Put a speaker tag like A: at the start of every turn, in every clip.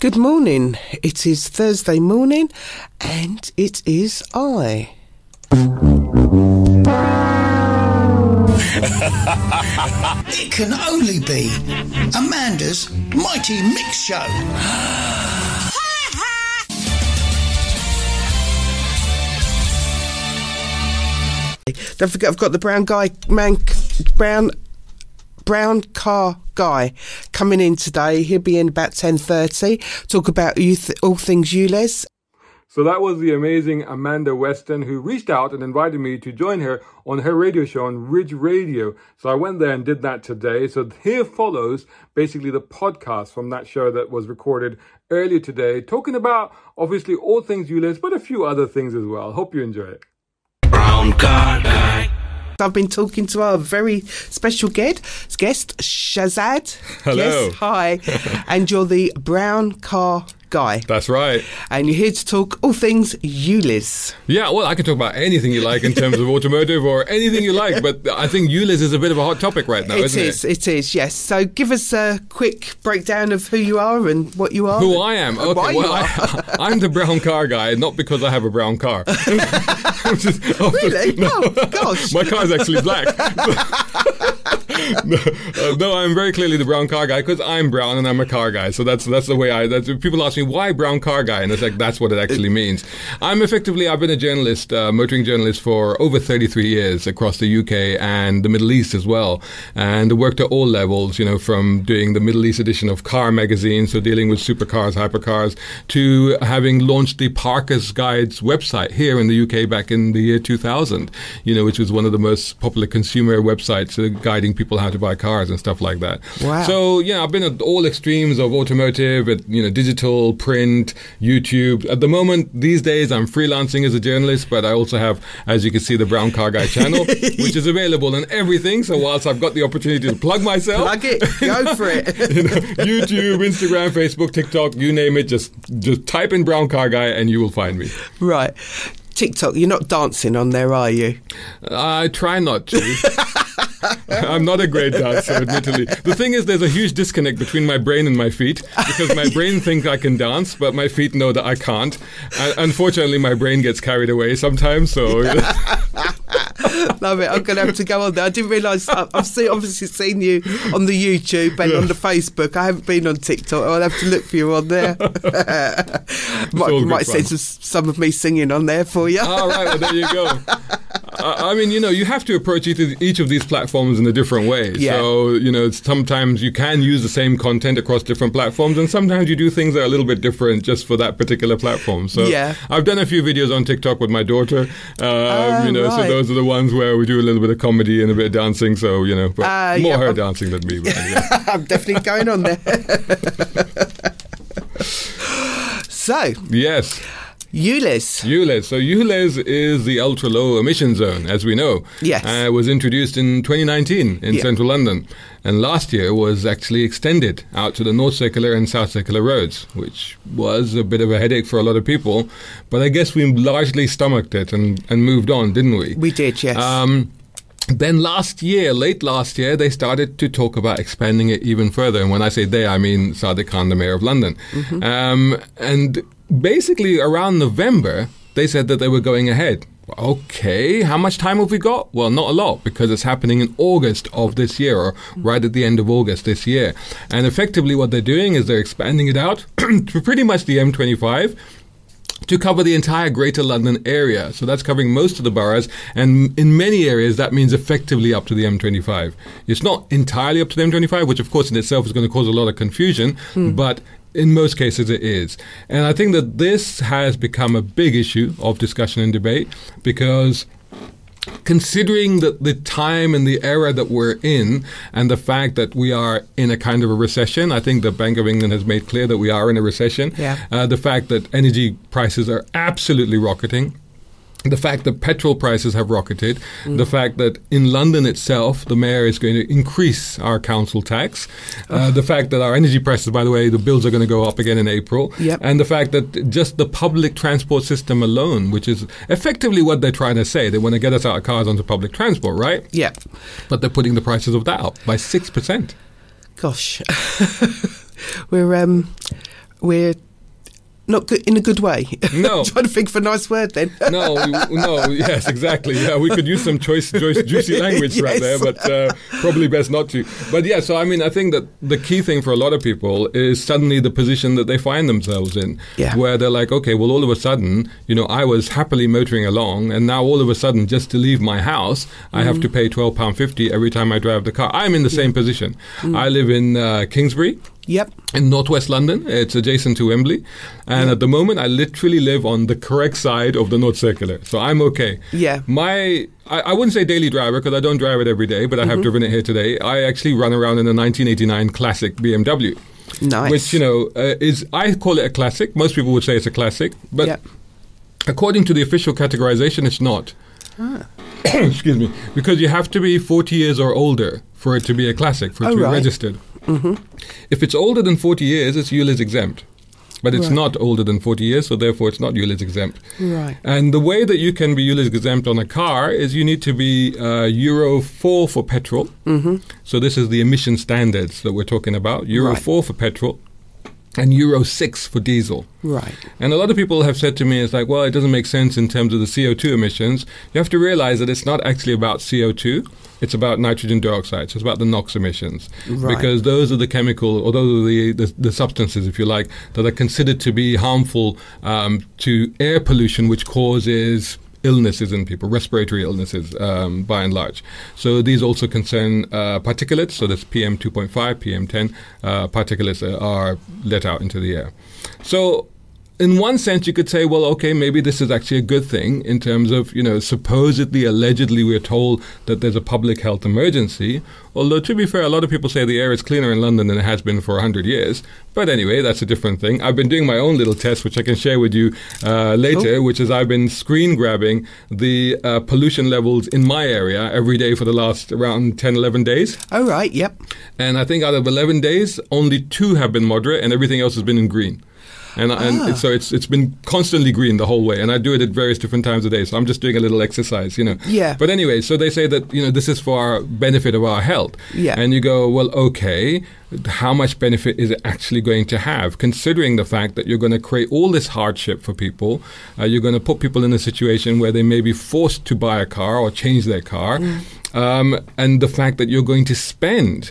A: Good morning. It is Thursday morning, and it is I.
B: It can only be Amanda's Mighty Mix Show.
A: Don't forget, I've got the brown guy, man, brown, brown car guy coming in today. He'll be in about ten thirty. Talk about youth, all things ULEZ.
C: So that was the amazing Amanda Weston who reached out and invited me to join her on her radio show on Ridge Radio. So I went there and did that today. So here follows basically the podcast from that show that was recorded earlier today, talking about obviously all things you list, but a few other things as well. Hope you enjoy it.
D: Brown card guy.
A: I've been talking to our very special guest, guest Shazad.
E: Hello.
A: Yes, hi. and you're the brown car guy,
E: That's right.
A: and you're here to talk all things ULEZ.
E: Yeah, well, I can talk about anything you like in terms of automotive or anything you like, but I think ULIS is a bit of a hot topic right now,
A: It
E: isn't
A: is,
E: it?
A: it is, yes. So give us a quick breakdown of who you are and what you are.
E: Who I am?
A: and why
E: Okay,
A: you
E: well,
A: are.
E: I, I'm the brown car guy, not because I have a brown car. Which is often-
A: Really? Oh, gosh.
E: My car is actually black. no, uh, no, I'm very clearly the brown car guy because I'm brown and I'm a car guy. So that's that's the way I. That's, people ask me why brown car guy, and it's like that's what it actually means. I'm effectively I've been a journalist, uh, motoring journalist for over 33 years across the UK and the Middle East as well, and worked at all levels. You know, from doing the Middle East edition of Car Magazine, so dealing with supercars, hypercars, to having launched the Parkers Guides website here in the UK back in the year 2000. You know, which was one of the most popular consumer websites uh, guiding people how to buy cars and stuff like that.
A: Wow.
E: So yeah, I've been at all extremes of automotive, at you know, digital, print, YouTube. At the moment, these days, I'm freelancing as a journalist, but I also have, as you can see, the Brown Car Guy channel, which is available on everything. So whilst I've got the opportunity to plug myself,
A: Plug it. Go for it.
E: you know, YouTube, Instagram, Facebook, TikTok, you name it. Just just type in Brown Car Guy and you will find me.
A: right. TikTok, you're not dancing on there, are you?
E: I try not to. I'm not a great dancer, admittedly. The thing is, there's a huge disconnect between my brain and my feet because my brain thinks I can dance, but my feet know that I can't. And unfortunately, my brain gets carried away sometimes. So
A: Love it. I'm going to have to go on there. I didn't realise. I- I've seen, obviously seen you on the YouTube and on the Facebook. I haven't been on TikTok. I'll have to look for you on there. might
E: all good
A: might send
E: fun. Oh,
A: some, some of me singing on there for you.
E: all Ah, right, well, there you go. I, I mean, you know, you have to approach each of, each of these platforms in a different way.
A: Yeah.
E: So, you know, it's- sometimes you can use the same content across different platforms, and sometimes you do things that are a little bit different just for that particular platform. So,
A: Yeah.
E: I've done a few videos on TikTok with my daughter. Um, you know, so
A: Ah, right.
E: those are the ones where we do a little bit of comedy and a bit of dancing. So, you know, but
A: Ah,
E: more
A: yeah,
E: her
A: I'm-
E: dancing than me. But, yeah.
A: I'm definitely going on there. so,
E: yes.
A: Ulis.
E: ULEZ. So ULEZ is the ultra low emission zone, as we know.
A: Yes.
E: Uh, it was introduced in 2019 in
A: Yeah.
E: central London, and last year was actually extended out to the North Circular and South Circular roads, which was a bit of a headache for a lot of people. But I guess we largely stomached it and, and moved on, didn't we?
A: We did, yes.
E: Um, then last year, late last year, they started to talk about expanding it even further. And when I say they, I mean Sadiq Khan, the mayor of London. Um, and basically, around November, they said that they were going ahead. Okay, how much time have we got? Well, not a lot because it's happening in August of this year, or right at the end of August this year. And effectively, what they're doing is they're expanding it out to pretty much the M25 to cover the entire Greater London area. So that's covering most of the boroughs, and in many areas that means effectively up to the M25. It's not entirely up to the M25, which of course in itself is going to cause a lot of confusion, but in most cases it is. And I think that this has become a big issue of discussion and debate because considering that the time and the era that we're in and the fact that we are in a kind of a recession i think the bank of england has made clear that we are in a recession
A: Yeah.
E: uh, the fact that energy prices are absolutely rocketing the fact that petrol prices have rocketed,
A: Mm.
E: the fact that in London itself, the mayor is going to increase our council tax, uh, the fact that our energy prices, by the way, the bills are going to go up again in April,
A: Yep.
E: and the fact that just the public transport system alone, which is effectively what they're trying to say, they want to get us out of cars onto public transport, right?
A: yeah.
E: But they're putting the prices of that up by 6%.
A: Gosh. We're um, we're not good in a good way.
E: No.
A: I'm trying to think of a nice word then.
E: no, we- no, yes, exactly. Yeah, we could use some choice, choice juicy language right there,
A: Yes.
E: but uh, probably best not to. But yeah, so I mean, I think that the key thing for a lot of people is suddenly the position that they find themselves in,
A: Yeah.
E: where they're like, okay, well, all of a sudden, you know, I was happily motoring along, and now all of a sudden, just to leave my house, I have
A: Mm.
E: to pay twelve pound fifty every time I drive the car. I'm in the same position.
A: Mm.
E: I live in uh, Kingsbury
A: yep.
E: in northwest London. It's adjacent to Wembley, and at the moment, I literally live on the correct side of the North Circular, so I'm okay.
A: Yeah.
E: my I, I wouldn't say daily driver because I don't drive it every day, but I have driven it here today. I actually run around in a 1989 classic BMW.
A: Nice.
E: Which you know uh, is I call it a classic. Most people would say it's a classic, but
A: Yep.
E: according to the official categorization, it's not.
A: Ah.
E: Excuse me, because you have to be 40 years or older for it to be a classic, for it
A: Oh,
E: to be
A: right. Mm-hmm.
E: registered. If it's older than 40 years, it's ULIZ exempt. But it's
A: Right.
E: not older than 40 years, so therefore it's not ULIZ exempt.
A: Right.
E: And the way that you can be ULIZ exempt on a car is you need to be uh, Euro 4 for petrol. Mm-hmm. So this is the emission standards that we're talking about Euro
A: Right.
E: 4 for petrol and Euro 6 for diesel.
A: Right.
E: And a lot of people have said to me, it's like, well, it doesn't make sense in terms of the CO2 emissions. You have to realize that it's not actually about CO2. It's about nitrogen dioxide. So it's about the NOx emissions.
A: Right.
E: Because those are the chemical, or those are the, the, the substances, if you like, that are considered to be harmful um, to air pollution, which causes illnesses in people, respiratory illnesses, um, by and large. So these also concern uh, particulates. So this PM 2.5, PM 10 uh, particulates that are let out into the air. So in one sense, you could say, well, okay, maybe this is actually a good thing in terms of, you know, supposedly, allegedly, we're told that there's a public health emergency. Although, to be fair, a lot of people say the air is cleaner in London than it has been for 100 years. But anyway, that's a different thing. I've been doing my own little test, which I can share with you uh, later, which is I've been screen grabbing the uh, pollution levels in my area every day for the last around 10, 11 days.
A: All right. Yep.
E: And I think out of 11 days, only two have been moderate, and everything else has been in green. And, and it's- so it's it's been constantly green the whole way, and I do it at various different times of day. So I'm just doing a little exercise, you know.
A: Yeah.
E: But anyway, so they say that you know this is for our benefit of our health.
A: Yeah.
E: And you go, well, okay, how much benefit is it actually going to have, considering the fact that you're going to create all this hardship for people? Uh, you're going to put people in a situation where they may be forced to buy a car or change their car. Um, and the fact that you're going to spend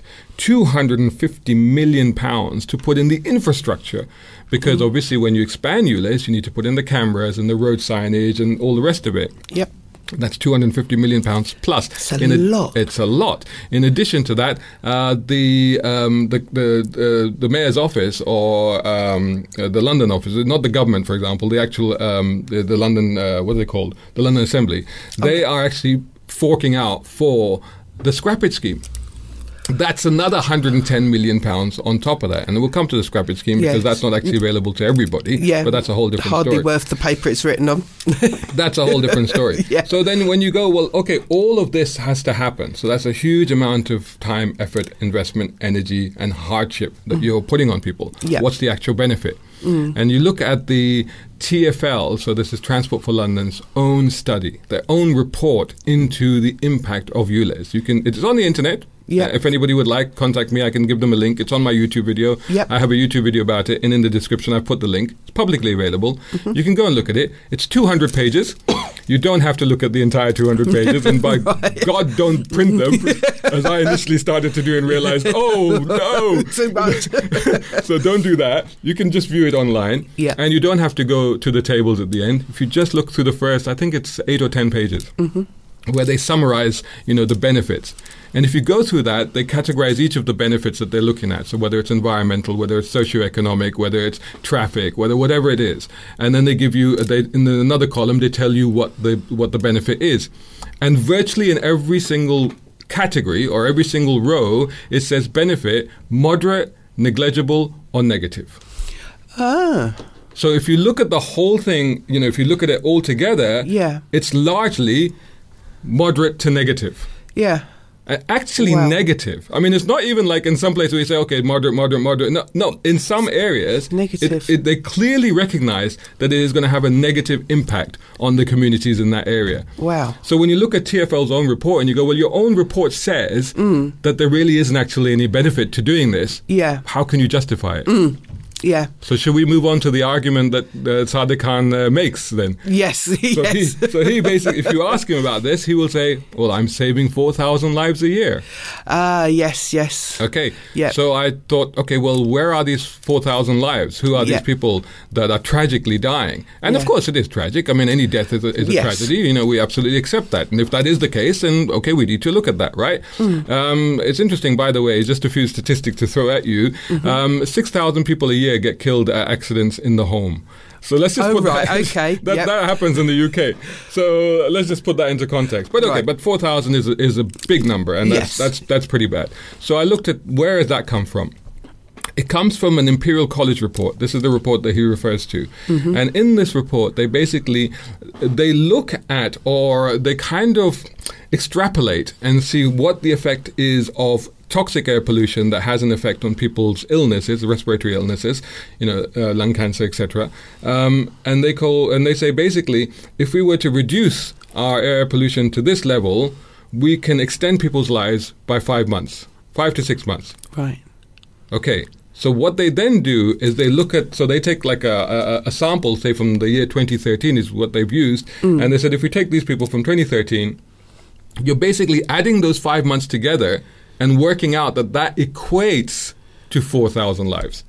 E: 250 million pounds to put in the infrastructure, because obviously when you expand ULIS, you need to put in the cameras and the road signage and all the rest of it.
A: Yep.
E: That's 250 million pounds plus.
A: a
E: In
A: lot.
E: It's a lot. In addition to that, uh, the, um, the the uh, the mayor's office or um, uh, the London office, not the government, for example, the actual um, the, the London uh, what are they called? The London Assembly. They are actually forking out for the scrappage scheme. That's another 110 million pounds on top of that, and we'll come to the scrappage scheme because
A: Yes.
E: that's not actually available to everybody.
A: Yeah.
E: but that's a whole different
A: Hardly
E: story
A: worth the paper it's written on.
E: that's a whole different story.
A: Yeah.
E: So then when you go, well, okay, all of this has to happen. So that's a huge amount of time, effort, investment, energy, and hardship that you're putting on people.
A: Mm. Yeah. Mm.
E: What's the actual benefit? And you look at the TFL, so this is Transport for London's own study, their own report into the impact of ULEZ. You can it's on the internet.
A: Yeah.
E: Uh, if anybody would like, contact me. I can give them a link. It's on my YouTube video.
A: Yep.
E: I have a YouTube video about it, and in the description I've put the link. It's publicly available. You can go and look at it. It's 200 pages. you don't have to look at the entire 200 pages, and by God, don't print them, as I initially started to do and realized, oh no,
A: Too much.
E: so don't do that. You can just view it online.
A: Yeah.
E: And you don't have to go to the tables at the end. If you just look through the first, I think it's eight or ten pages. Where they summarize, you know, the benefits, and if you go through that, they categorize each of the benefits that they're looking at. So whether it's environmental, whether it's socioeconomic, whether it's traffic, whether whatever it is, and then they give you uh, they, in another column they tell you what the what the benefit is, and virtually in every single category or every single row, it says benefit, moderate, negligible, or negative.
A: ah.
E: So if you look at the whole thing, you know, if you look at it all together,
A: Yeah.
E: it's largely moderate to negative.
A: Yeah.
E: Uh, Actually,
A: Wow.
E: negative. I mean, it's not even like in some places we say, okay, moderate, moderate, moderate. No, no. In some areas, it-
A: Negative.
E: it- they clearly recognize that it is going to have a negative impact on the communities in that area.
A: Wow.
E: So when you look at TFL's own report and you go, well, your own report says that there really isn't actually any benefit to doing this.
A: Mm. Yeah. Mm.
E: How can you justify it?
A: Yeah.
E: So should we move on to the argument that uh, Sadiq Khan uh, makes then?
A: Yes.
E: So,
A: yes.
E: he, so he basically, if you ask him about this, he will say, "Well, I'm saving four thousand lives a year."
A: Ah, yes, yes.
E: Okay.
A: Yeah.
E: So I thought, okay, well, where are these 4,000 lives? Who are
A: Yeah.
E: these people that are tragically dying? And of
A: Yeah.
E: course, it is tragic. I mean, any death is a, is a
A: Yes.
E: tragedy. You know, we absolutely accept that. And if that is the case, then okay, we need to look at that, right?
A: Mm.
E: Um, it's interesting, by the way, just a few statistics to throw at you
A: Mm-hmm.
E: um, 6,000 people a year get killed at accidents in the home. So let's just
A: Oh,
E: put that.
A: right, okay,
E: That,
A: yep.
E: that happens in the UK. So let's just put that into context. But okay,
A: Right.
E: but four thousand is a, is a big number, and that's
A: Yes.
E: that's that's pretty bad. So I looked at where has that come from. It comes from an Imperial College report. This is the report that he refers to, and in this report, they basically they look at or they kind of extrapolate and see what the effect is of toxic air pollution that has an effect on people's illnesses, respiratory illnesses, you know, uh, lung cancer, etc. Um, and they call and they say basically, if we were to reduce our air pollution to this level, we can extend people's lives by five months, five to six months.
A: Right.
E: Okay. So what they then do is they look at so they take like a, a, a sample say from the year 2013 is what they've used
A: Mm.
E: and they said if we take these people from 2013 you're basically adding those 5 months together and working out that that equates to 4000 lives.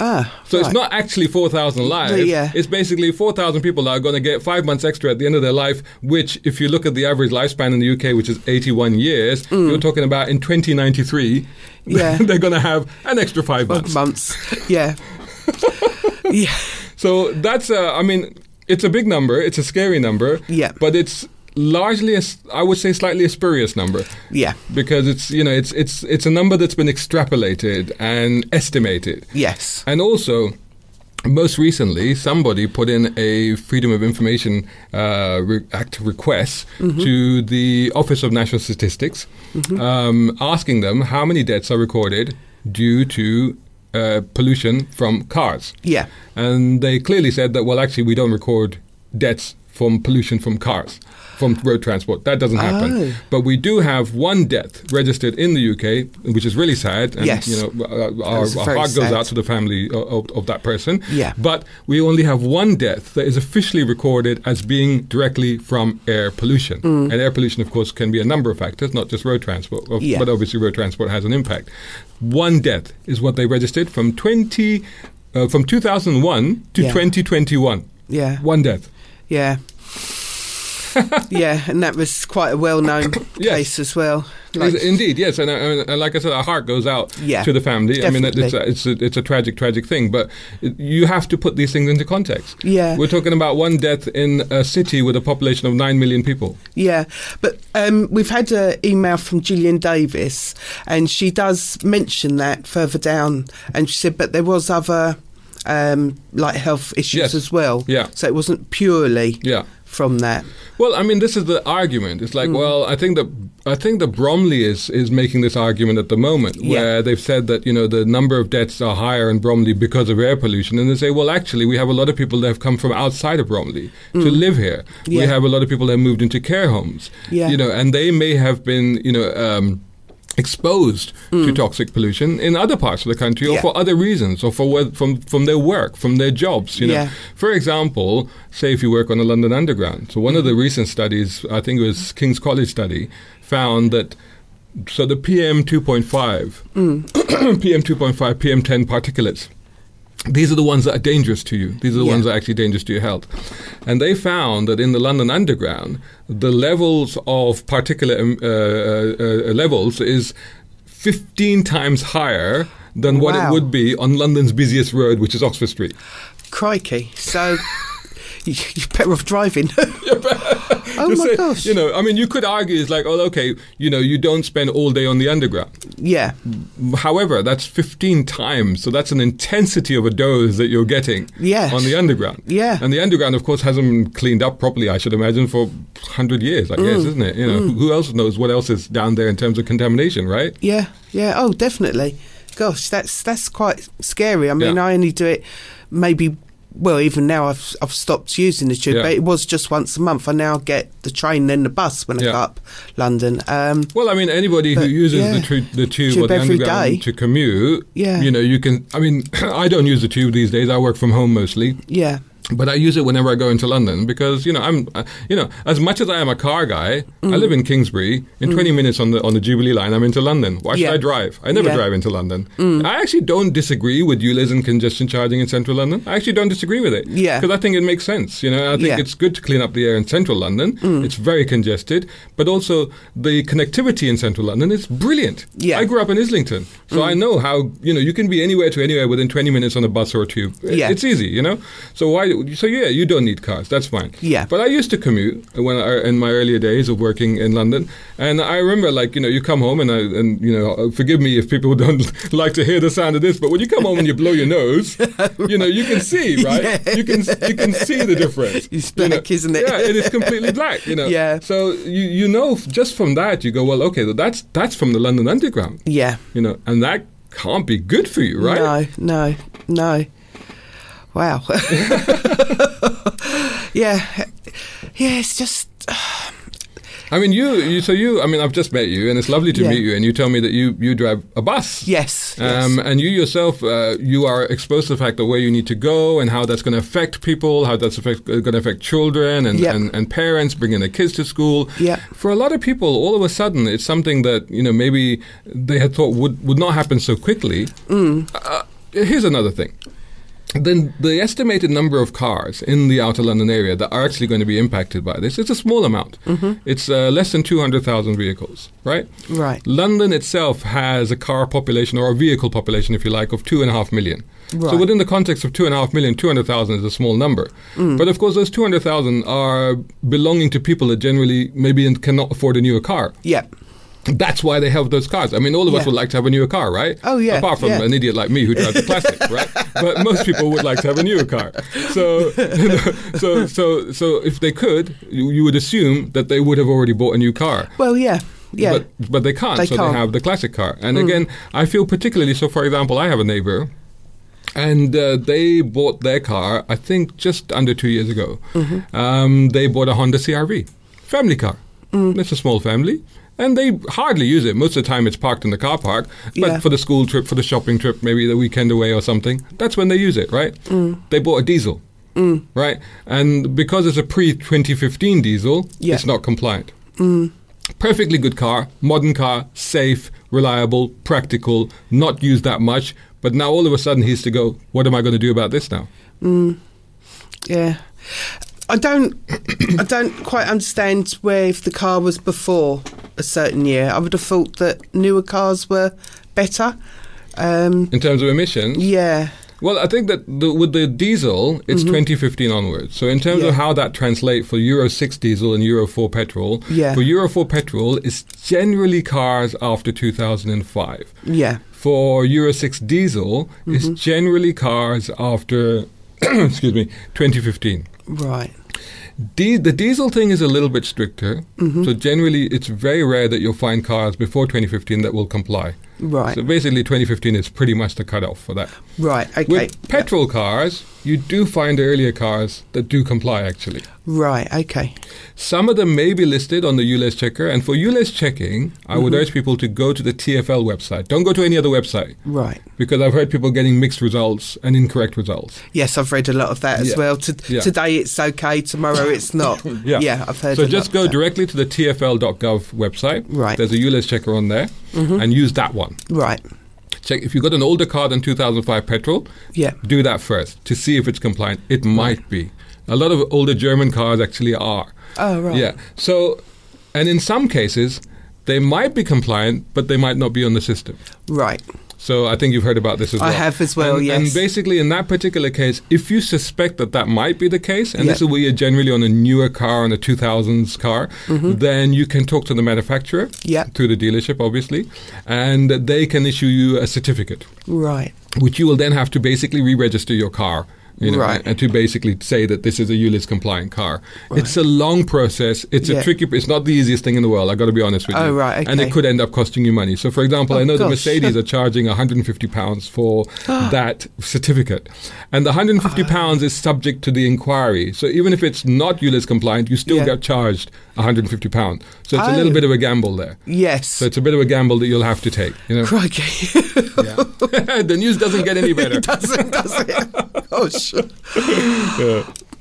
A: Ah.
E: So it's
A: right.
E: not actually 4,000 lives.
A: yeah.
E: It's basically 4,000 people that are going to get five months extra at the end of their life, which, if you look at the average lifespan in the UK, which is 81 years, you're talking about in 2093,
A: Mm. Yeah.
E: they're going to have an extra five
A: Twelve
E: months.
A: months. Yeah. yeah.
E: So that's, uh, I mean, it's a big number. It's a scary number.
A: Yeah.
E: But it's largely, a s I would say, slightly a spurious number.
A: Yeah.
E: Because it's, you know, it's, it's, it's a number that's been extrapolated and estimated.
A: Yes.
E: And also, most recently, somebody put in a Freedom of Information uh, re- Act request
A: Mm-hmm.
E: to the Office of National Statistics, um, asking them how many deaths are recorded due to uh, pollution from cars.
A: Yeah.
E: And they clearly said that, well, actually, we don't record deaths from pollution from cars, from road transport. That doesn't happen.
A: Oh.
E: But we do have one death registered in the UK, which is really sad. And,
A: Yes.
E: you know, uh, our,
A: That's
E: our
A: very
E: heart goes
A: sad.
E: out to the family o- of, of that person.
A: Yeah.
E: But we only have one death that is officially recorded as being directly from air pollution.
A: Mm.
E: And air pollution, of course, can be a number of factors, not just road transport, of-
A: Yeah.
E: but obviously road transport has an impact. One death is what they registered from 20, uh, from 2001 to
A: Yeah.
E: 2021.
A: Yeah.
E: One death.
A: Yeah. yeah, and that was quite a well-known
E: Yes.
A: case as well.
E: Yes,
A: Like,
E: Indeed, yes, and, uh, and uh, like I said, our heart goes out
A: Yeah,
E: to the family. I mean,
A: definitely.
E: it's a, it's a, it's a tragic, tragic thing, but it- you have to put these things into context.
A: Yeah.
E: we're talking about one death in a city with a population of nine million people.
A: Yeah, but um, we've had an email from Gillian Davis, and she does mention that further down, and she said, but there was other um, like health issues
E: Yes.
A: as well.
E: Yeah.
A: so it wasn't purely
E: Yeah.
A: from that.
E: Well, I mean, this is the argument. It's
A: Mm.
E: like, well, I think that I think that Bromley is is making this argument at the moment,
A: Yeah.
E: where they've said that you know the number of deaths are higher in Bromley because of air pollution, and they say, well, actually, we have a lot of people that have come from outside of Bromley to live here. We
A: Mm. Yeah.
E: have a lot of people that have moved into care homes,
A: Yeah.
E: you know, and they may have been, you know. Um, Exposed to toxic pollution in other parts of the country, or
A: Mm. Yeah.
E: for other reasons, or for whe- from from their work, from their jobs. You know,
A: Yeah.
E: for example, say if you work on the London Underground. So one of the
A: Mm-hmm.
E: recent studies, I think it was King's College study, found that so the PM 2.5,
A: Mm.
E: PM 2.5, PM 10 particulates. These are the ones that are dangerous to you. These are the
A: Yeah.
E: ones that are actually dangerous to your health. And they found that in the London Underground, the levels of particulate um, uh, uh, uh, levels is 15 times higher than what it
A: Wow.
E: would be on London's busiest road, which is Oxford Street.
A: Crikey! So you- you're better off driving. oh my
E: Just say-
A: gosh!
E: You know, I mean, you could argue it's like, oh, okay, you know, you don't spend all day on the underground.
A: yeah,
E: However, that's 15 times, so that's an intensity of a dose that you're getting
A: Yes.
E: on the underground.
A: Yeah.
E: And the underground, of course, hasn't been cleaned up properly, I should imagine, for 100 years, I
A: Mm.
E: guess, isn't it? You know, who- who else knows what else is down there in terms of contamination, right?
A: Yeah, yeah. Oh, definitely. Gosh, that's that's quite scary. I mean,
E: Yeah.
A: I only do it maybe well, even now I've I've stopped using the tube,
E: Yeah.
A: but it was just once a month. I now get the train, then the bus when I
E: Yeah.
A: go up London. Um,
E: Well, I mean, anybody who
A: But,
E: uses
A: yeah.
E: the, tru- the tube, or
A: Tube
E: the
A: every
E: underground
A: day.
E: to commute,
A: Yeah.
E: you know, you can. I mean, I don't use the tube these days. I work from home mostly,
A: yeah,
E: but I use it whenever I go into London because you know I'm, uh, you know, as much as I am a car guy, I
A: Mm.
E: live in Kingsbury. In 20 minutes on the on the Jubilee line, I'm into London. Why should
A: Yeah.
E: I drive? I never
A: Yeah. Mm.
E: drive into London. I actually don't disagree with you, Liz, and congestion charging in central London. I actually don't disagree with it.
A: Yeah.
E: because I think it makes sense. You know, I think
A: Yeah. Mm.
E: it's good to clean up the air in central London. It's very congested, but also the connectivity in central London is brilliant.
A: Yeah. Mm.
E: I grew up in Islington, so I know how you know you can be anywhere to anywhere within 20 minutes on a bus or a tube.
A: Yeah.
E: It's easy, you know. So why? So yeah, you don't need cars. That's fine.
A: Yeah.
E: But I used to commute when I, in my earlier days of working in London, and I remember like you know you come home and I, and you know uh, forgive me if people don't like to hear the sound of this, but when you come home and you blow your nose, you know you can see right.
A: Yeah.
E: You can you can see the difference.
A: It's
E: you know.
A: black, isn't it?
E: Yeah, it is completely black. You know.
A: Yeah.
E: So you you know f- just from that you go well okay that's that's from the London Underground.
A: yeah.
E: You know, and that can't be good for you, right?
A: No, no, no. Wow. yeah, yeah. It's just
E: I mean, you, you. So you. I mean, I've just met you, and it's lovely to
A: Yeah.
E: meet you. And you tell me that you you drive a bus.
A: yes. yes.
E: Um, and you yourself, uh, you are exposed to the fact of where you need to go and how that's going to affect people, how that's affect, going to affect children and,
A: Yep.
E: and, and parents bringing their kids to school.
A: Yep.
E: For a lot of people, all of a sudden, it's something that you know maybe they had thought would would not happen so quickly.
A: Mm.
E: Uh, here's another thing. Then the estimated number of cars in the outer London area that are actually going to be impacted by this is a small amount.
A: Mm-hmm.
E: It's uh, less than 200,000 vehicles, right?
A: Right.
E: London itself has a car population or a vehicle population, if you like, of two and a half million. So
A: Right.
E: within the context of two and a half million, 200,000 is a small number.
A: Mm.
E: But of course, those 200,000 are belonging to people that generally maybe in- cannot afford a newer car.
A: yeah.
E: That's why they have those cars. I mean, all of us
A: Yeah.
E: would like to have a newer car, right?
A: Oh, yeah,
E: Apart from
A: yeah.
E: an idiot like me who drives a classic, right? But most people would like to have a newer car. So, you know, so, so, so, if they could, you, you would assume that they would have already bought a new car.
A: Well, yeah, yeah.
E: But, but they can't,
A: They
E: so
A: can't. Hmm.
E: they have the classic car. And again, I feel particularly so, for example, I have a neighbor. And uh, they bought their car, I think, just under two years ago.
A: Mm-hmm.
E: Um, they bought a Honda CRV, family car.
A: Mm.
E: It's a small family, and they hardly use it. Most of the time, it's parked in the car park. But
A: Yeah.
E: for the school trip, for the shopping trip, maybe the weekend away or something, that's when they use it, right? They bought a diesel, right? And because it's a pre 2015 diesel,
A: Yeah.
E: it's not compliant perfectly good car, modern car, safe, reliable, practical, not used that much. But now all of a sudden he's to go, what am I going to do about this now?
A: Yeah. I don't I don't quite understand where if the car was before a certain year. I would have thought that newer cars were better. Um
E: In terms of emissions,
A: yeah.
E: well, I think that the, with the diesel, it's 2015 onwards. So in terms of
A: Mm-hmm. Yeah.
E: how that translates for Euro 6 diesel and Euro 4 petrol,
A: Yeah.
E: for Euro 4 petrol, it's generally cars after 2005.
A: Yeah.
E: For Euro 6 diesel,
A: Mm-hmm.
E: it's generally cars after, excuse me, 2015.
A: Right.
E: Di- the diesel thing is a little bit stricter.
A: Mm-hmm.
E: So generally, it's very rare that you'll find cars before 2015 that will comply.
A: Right.
E: So basically, 2015 is pretty much the cutoff for that.
A: Right. Okay.
E: With petrol cars, you do find earlier cars that do comply actually.
A: Right. Okay.
E: Some of them may be listed on the ULEZ checker, and for ULEZ checking, I would urge people to go to the TFL website. Don't go to any other website
A: Right.
E: because I've heard people getting mixed results and incorrect results.
A: Yes, I've read a lot of that as
E: Yeah.
A: well. To,
E: Yeah.
A: Today it's okay, tomorrow it's not.
E: Yeah.
A: I've heard
E: So
A: a
E: just
A: lot
E: go
A: of that.
E: directly to the TFL.gov website.
A: Right.
E: There's a ULEZ checker on there, and use that one.
A: Right.
E: Check if you've got an older car than 2005 petrol.
A: Yeah.
E: Do that first to see if it's compliant. It might be. A lot of older German cars actually are.
A: Oh, right.
E: Yeah. So, and in some cases, they might be compliant, but they might not be on the system.
A: Right.
E: So I think you've heard about this as
A: I
E: well.
A: have as well,
E: And, and
A: yes.
E: basically, in that particular case, if you suspect that that might be the case, and this
A: Yeah.
E: is where you're generally on a newer car, on a 2000s car, then you can talk to the manufacturer,
A: Mm-hmm. Yeah.
E: through the dealership, obviously, and they can issue you a certificate,
A: Right.
E: which you will then have to basically re-register your car you know,
A: Right.
E: and to basically say that this is a ULIS compliant car. It's a long process. It's
A: Yeah.
E: a tricky. It's not the easiest thing in the world. I got to be honest with
A: Oh,
E: you.
A: right,
E: And it
A: okay.
E: could end up costing you money. So, for example,
A: Oh,
E: I know the
A: gosh.
E: Mercedes are charging 150 pounds for that certificate, and the
A: Oh.
E: 150 pounds is subject to the inquiry. So even if it's not ULIS compliant, you still
A: Yeah.
E: get charged 150 pounds. So it's a
A: Oh.
E: little bit of a gamble there.
A: Yes.
E: So it's a bit of a gamble that you'll have to take. You know,
A: Crikey.
E: the news doesn't get any better.
A: it doesn't, does it? Gosh.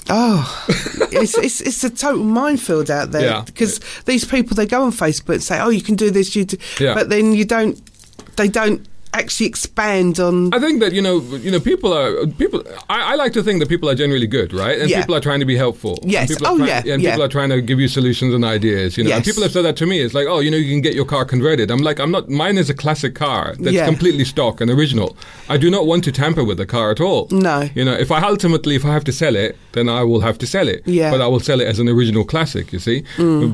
A: Oh, it's, it's it's a total minefield out there
E: Yeah.
A: because these people they go on Facebook and say, "Oh, you can do this," you do,
E: Yeah.
A: but then you don't. They don't actually expand on.
E: I think that you know, you know, people are people. I, I like to think that people are generally good, right? And
A: Yeah.
E: people are trying to be helpful. And
A: Yes.
E: people are
A: Oh,
E: trying-
A: yeah,
E: And
A: yeah.
E: people are trying to give you solutions and ideas. You know,
A: Yes.
E: and people have said that to me. It's like, oh, you know, you can get your car converted. I'm like, I'm not. Mine is a classic car that's
A: Yeah.
E: completely stock and original. I do not want to tamper with the car at all.
A: No.
E: You know, if I ultimately, if I have to sell it, then I will have to sell it.
A: Yeah.
E: But I will sell it as an original classic. You see.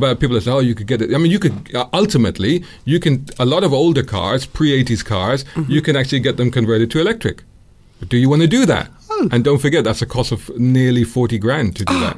E: But people say, oh, you could get it. I mean, you could uh, ultimately, you can. A lot of older cars, pre '80s cars, you can actually get them converted to electric. Do you want to do that? And don't forget, that's a cost of nearly 40 grand to do that.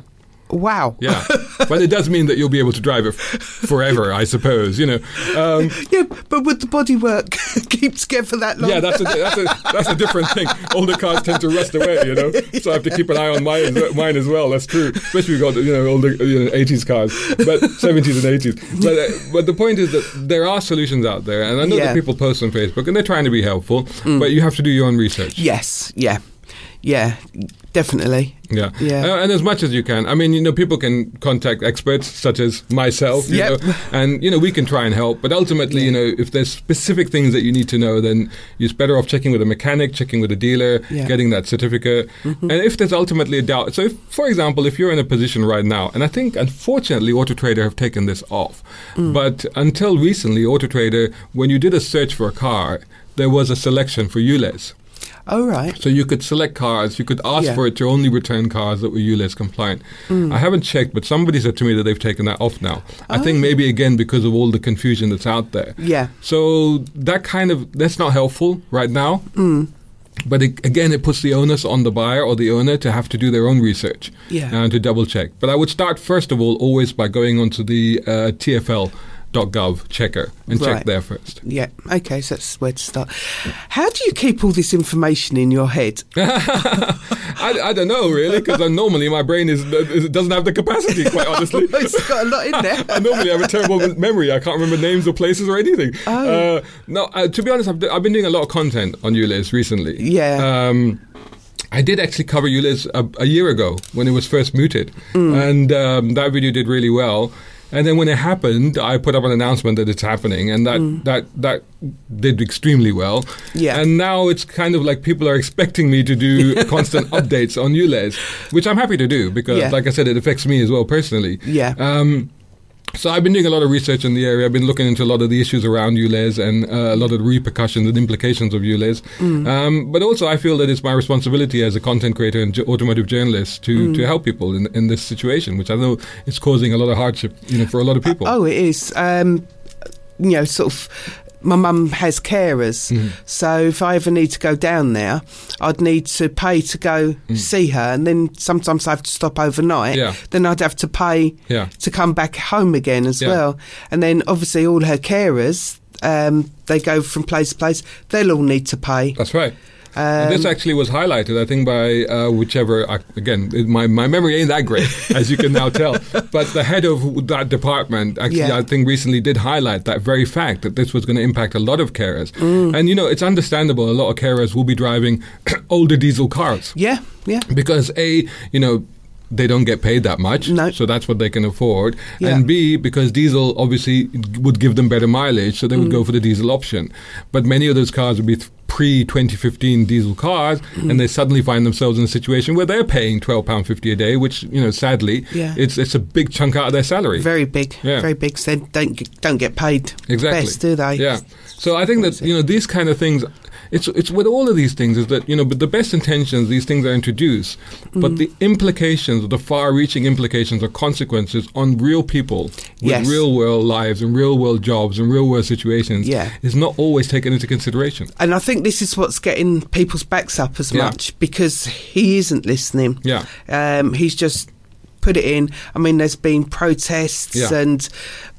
A: Wow.
E: Yeah. but it does mean that you'll be able to drive it f- forever, I suppose, you know. Um,
A: Yeah, but would the bodywork keep together for that long?
E: yeah, that's a, that's, a, that's a different thing. Older cars tend to rust away, you know. So I have to keep an eye on mine, as- mine as well. That's true. Especially if you've got, you know, older you know, 80s cars, but 70s and 80s. But, uh, but the point is that there are solutions out there. And I know
A: Yeah. Mm.
E: that people post on Facebook and they're trying to be helpful, but you have to do your own research.
A: Yes. Yeah. Yeah. Definitely.
E: Yeah.
A: Yeah.
E: Uh, and as much as you can. I mean, you know, people can contact experts such as myself, you
A: Yep.
E: know, and, you know, we can try and help. But ultimately, you know, if there's specific things that you need to know, then you're better off checking with a mechanic, checking with a dealer,
A: Yeah. Mm-hmm.
E: getting that certificate. And if there's ultimately a doubt, so if, for example, if you're in a position right now, and I think unfortunately Autotrader have taken this off,
A: Mm.
E: but until recently, Autotrader, when you did a search for a car, there was a selection for ULEZ.
A: All right.
E: So you could select cars. You could ask
A: Yeah. Mm.
E: for it to only return cars that were ULEZ compliant. I haven't checked, but somebody said to me that they've taken that off now. I think maybe again because of all the confusion that's out there.
A: Oh. Yeah.
E: So that kind of that's not helpful right now.
A: Mm.
E: But it, again, it puts the onus on the buyer or the owner to have to do their own research
A: Yeah.
E: and to double check. But I would start first of all always by going onto the uh, TFL.gov checker and
A: Right.
E: check there first.
A: Yeah. Okay. So that's where to start. How do you keep all this information in your head?
E: I, I don't know really because normally my brain is, uh, is doesn't have the capacity quite honestly.
A: it's got a lot in there.
E: I normally have a terrible mem- memory. I can't remember names or places or anything.
A: Oh.
E: Uh, no, uh, to be honest, I've, d- I've been doing a lot of content on ULIS recently.
A: Yeah.
E: Um, I did actually cover ULIS a, a year ago when it was first muted,
A: Mm.
E: and um, that video did really well. And then when it happened, I put up an announcement that it's happening, and that that that did extremely well.
A: Mm. Yeah.
E: And now it's kind of like people are expecting me to do constant updates on ULEZ, which I'm happy to do because,
A: Yeah.
E: like I said, it affects me as well personally.
A: Yeah.
E: Um, so I've been doing a lot of research in the area. I've been looking into a lot of the issues around ULEZ and uh, a lot of the repercussions and implications of ULEZ. Um, but also, I feel that it's my responsibility as a content creator and j- automotive journalist to, to help people in, in this situation, which I know is causing a lot of hardship, you know, for a lot of people.
A: Oh, it is. Um, you know, sort of. My mum has carers,
E: Mm-hmm.
A: so if I ever need to go down there, I'd need to pay to go see her, and then sometimes I have to stop overnight.
E: Mm. Yeah.
A: Then I'd have to pay
E: Yeah.
A: to come back home again as
E: Yeah.
A: well, and then obviously all her carers, um, they go from place to place. They'll all need to pay.
E: That's right.
A: Um,
E: Uh, this uh, actually was highlighted, I think, by uh, whichever. I, again, it- my my memory ain't that great, as you can now tell. But the head of that department, actually,
A: Yeah.
E: I think, recently did highlight that very fact that this was going to impact a lot of carers.
A: Mm.
E: And you know, it's understandable. A lot of carers will be driving older diesel cars
A: yeah, yeah,
E: because a you know they don't get paid that much
A: No.
E: so that's what they can afford
A: Yeah.
E: and b because diesel obviously would give them better mileage so they would go
A: Mm.
E: for the diesel option but many of those cars would be th- pre 2015 diesel cars
A: Mm.
E: and they suddenly find themselves in a situation where they're paying 12 pound 50 a day which you know sadly
A: Yeah.
E: it's it's a big chunk out of their salary
A: very big,
E: Yeah.
A: very big. So they don't get- don't get paid
E: exactly
A: best, do they?
E: yeah so i think that you know these kind of things it's it's with all of these things is that you know but the best intentions these things are introduced
A: Mm-hmm.
E: but the implications the far reaching implications or consequences on real people with
A: Yes.
E: real world lives and real world jobs and real world situations
A: Yeah.
E: is not always taken into consideration
A: And I think think this is what's getting people's backs up as
E: Yeah.
A: much because he isn't listening.
E: Yeah.
A: Um, he's just put it in. I mean, there's been protests
E: Yeah.
A: and,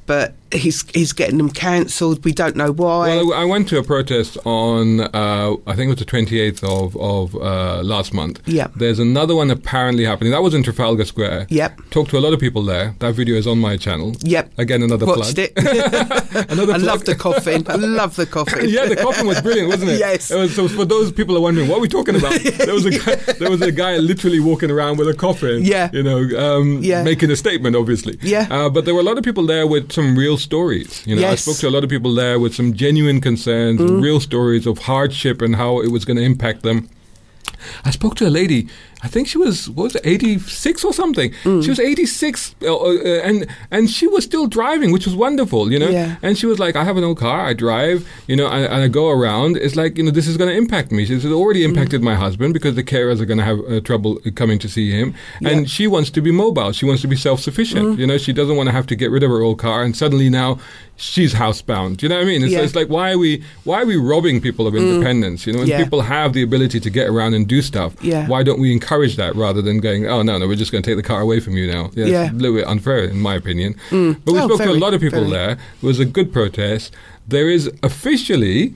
A: but he's he's getting them cancelled. We don't know why.
E: Well, I, I went to a protest on, uh, I think it was the 28th of, of uh, last month.
A: Yeah.
E: There's another one apparently happening. That was in Trafalgar Square.
A: Yep.
E: Talked to a lot of people there. That video is on my channel.
A: yep.
E: Again, another
A: Watched
E: plug.
A: it.
E: Another
A: I
E: plug.
A: love the coffin. I love the coffin.
E: yeah, the coffin was brilliant, wasn't it?
A: Yes.
E: It was, so for those people who are wondering what are we talking about, there was a guy, there was a guy literally walking around with a coffin.
A: Yeah.
E: You know, um,
A: Yeah.
E: making a statement, obviously.
A: Yeah.
E: Uh, but there were a lot of people there with some real stories. You know,
A: Yes. Mm-hmm.
E: I spoke to a lot of people there with some genuine concerns, real stories of hardship and how it was going to impact them. I spoke to a lady. I think she was what was it, eighty six or something.
A: Mm.
E: She was eighty six, uh, uh, and and she was still driving, which was wonderful, you know.
A: Yeah.
E: And she was like, "I have an old car. I drive, you know, and, and I go around. It's like you know, this is going to impact me. It's already
A: Mm-hmm.
E: impacted my husband because the carers are going to have uh, trouble coming to see him. And she wants to be mobile. She wants to be self sufficient.
A: Mm-hmm.
E: You know, she doesn't want to have to get rid of her old car. And suddenly now she's housebound. You know what I mean? It's,
A: Yeah. Mm.
E: it's like why are we why are we robbing people of independence? You know, when
A: Yeah.
E: people have the ability to get around and do stuff.
A: Yeah.
E: Why don't we encourage that rather than going, oh, no, no, we're just going to take the car away from you now? Yeah.
A: Yeah.
E: It's a little bit unfair, in my opinion. But we
A: Oh,
E: spoke to
A: very,
E: a lot of people
A: very.
E: there. It was a good protest. There is officially.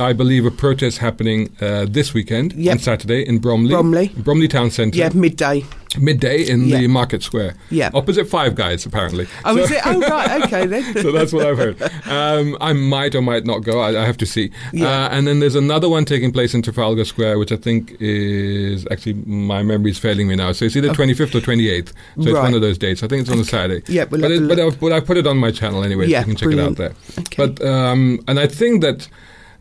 E: I believe a protest happening uh, this weekend
A: Yep.
E: on Saturday in Bromley,
A: Bromley.
E: Bromley Town Centre,
A: Yeah, midday.
E: midday in the
A: Yeah.
E: Market Square,
A: Yeah.
E: opposite Five Guys apparently.
A: Oh,
E: So-
A: is it? Oh, right. Okay, then.
E: so that's what I've heard. Um, I might or might not go. I, I have to see. Uh, and then there's another one taking place in Trafalgar Square, which I think is actually my memory is failing me now. So it's either 25th or 28th. So it's
A: Right.
E: one of those dates. I think it's on a Saturday.
A: Yeah, we'll
E: but,
A: have
E: it,
A: a
E: but,
A: look.
E: I've, but I put it on my channel anyway,
A: Yeah,
E: so you can check
A: brilliant.
E: it out there.
A: Okay.
E: But um, and I think that.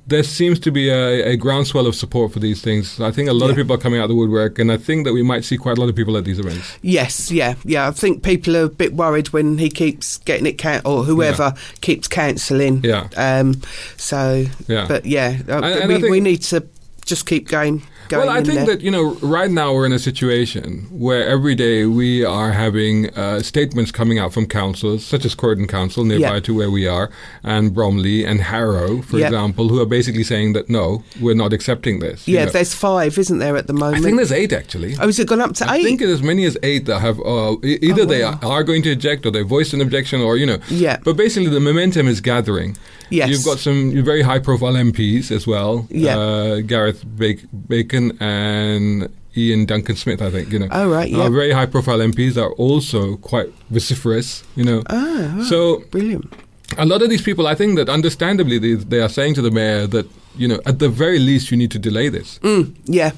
E: There seems to be a, a groundswell of support for these things. I think a lot of people are coming out of the woodwork, and I think that we might see quite a lot of people at these events.
A: Yes, yeah, yeah. I think people are a bit worried when he keeps getting it can or whoever keeps cancelling.
E: Yeah.
A: Um. So.
E: Yeah.
A: But yeah, uh,
E: And- and I
A: we,
E: think-
A: we need to just keep going. going
E: Well, I
A: in
E: think
A: there.
E: that you know, right now we're in a situation where every day we are having uh, statements coming out from councils, such as Croydon Council nearby
A: Yeah.
E: to where we are, and Bromley and Harrow, for
A: Yeah.
E: example, who are basically saying that no, we're not accepting this. you
A: Yeah,
E: know.
A: there's five, isn't there, at the moment?
E: I think there's eight actually.
A: oh, has it gone up to
E: I
A: eight? Oh,
E: think it's as many as eight that have uh, e- either they are, are going to eject or they voiced an objection or you know.
A: Yeah.
E: But basically, the momentum is gathering.
A: Yes.
E: You've got some very high-profile MPs as well.
A: Yeah.
E: Uh, Gareth Ba- Bacon and. Ian Duncan Smith, I think you know.
A: Oh, right,
E: Are
A: yeah.
E: very high-profile MPs are also quite vociferous, you know. Ah,
A: oh.
E: so
A: Brilliant.
E: a lot of these people, I think that understandably, they, they are saying to the mayor that you know, at the very least, you need to delay this
A: Yeah.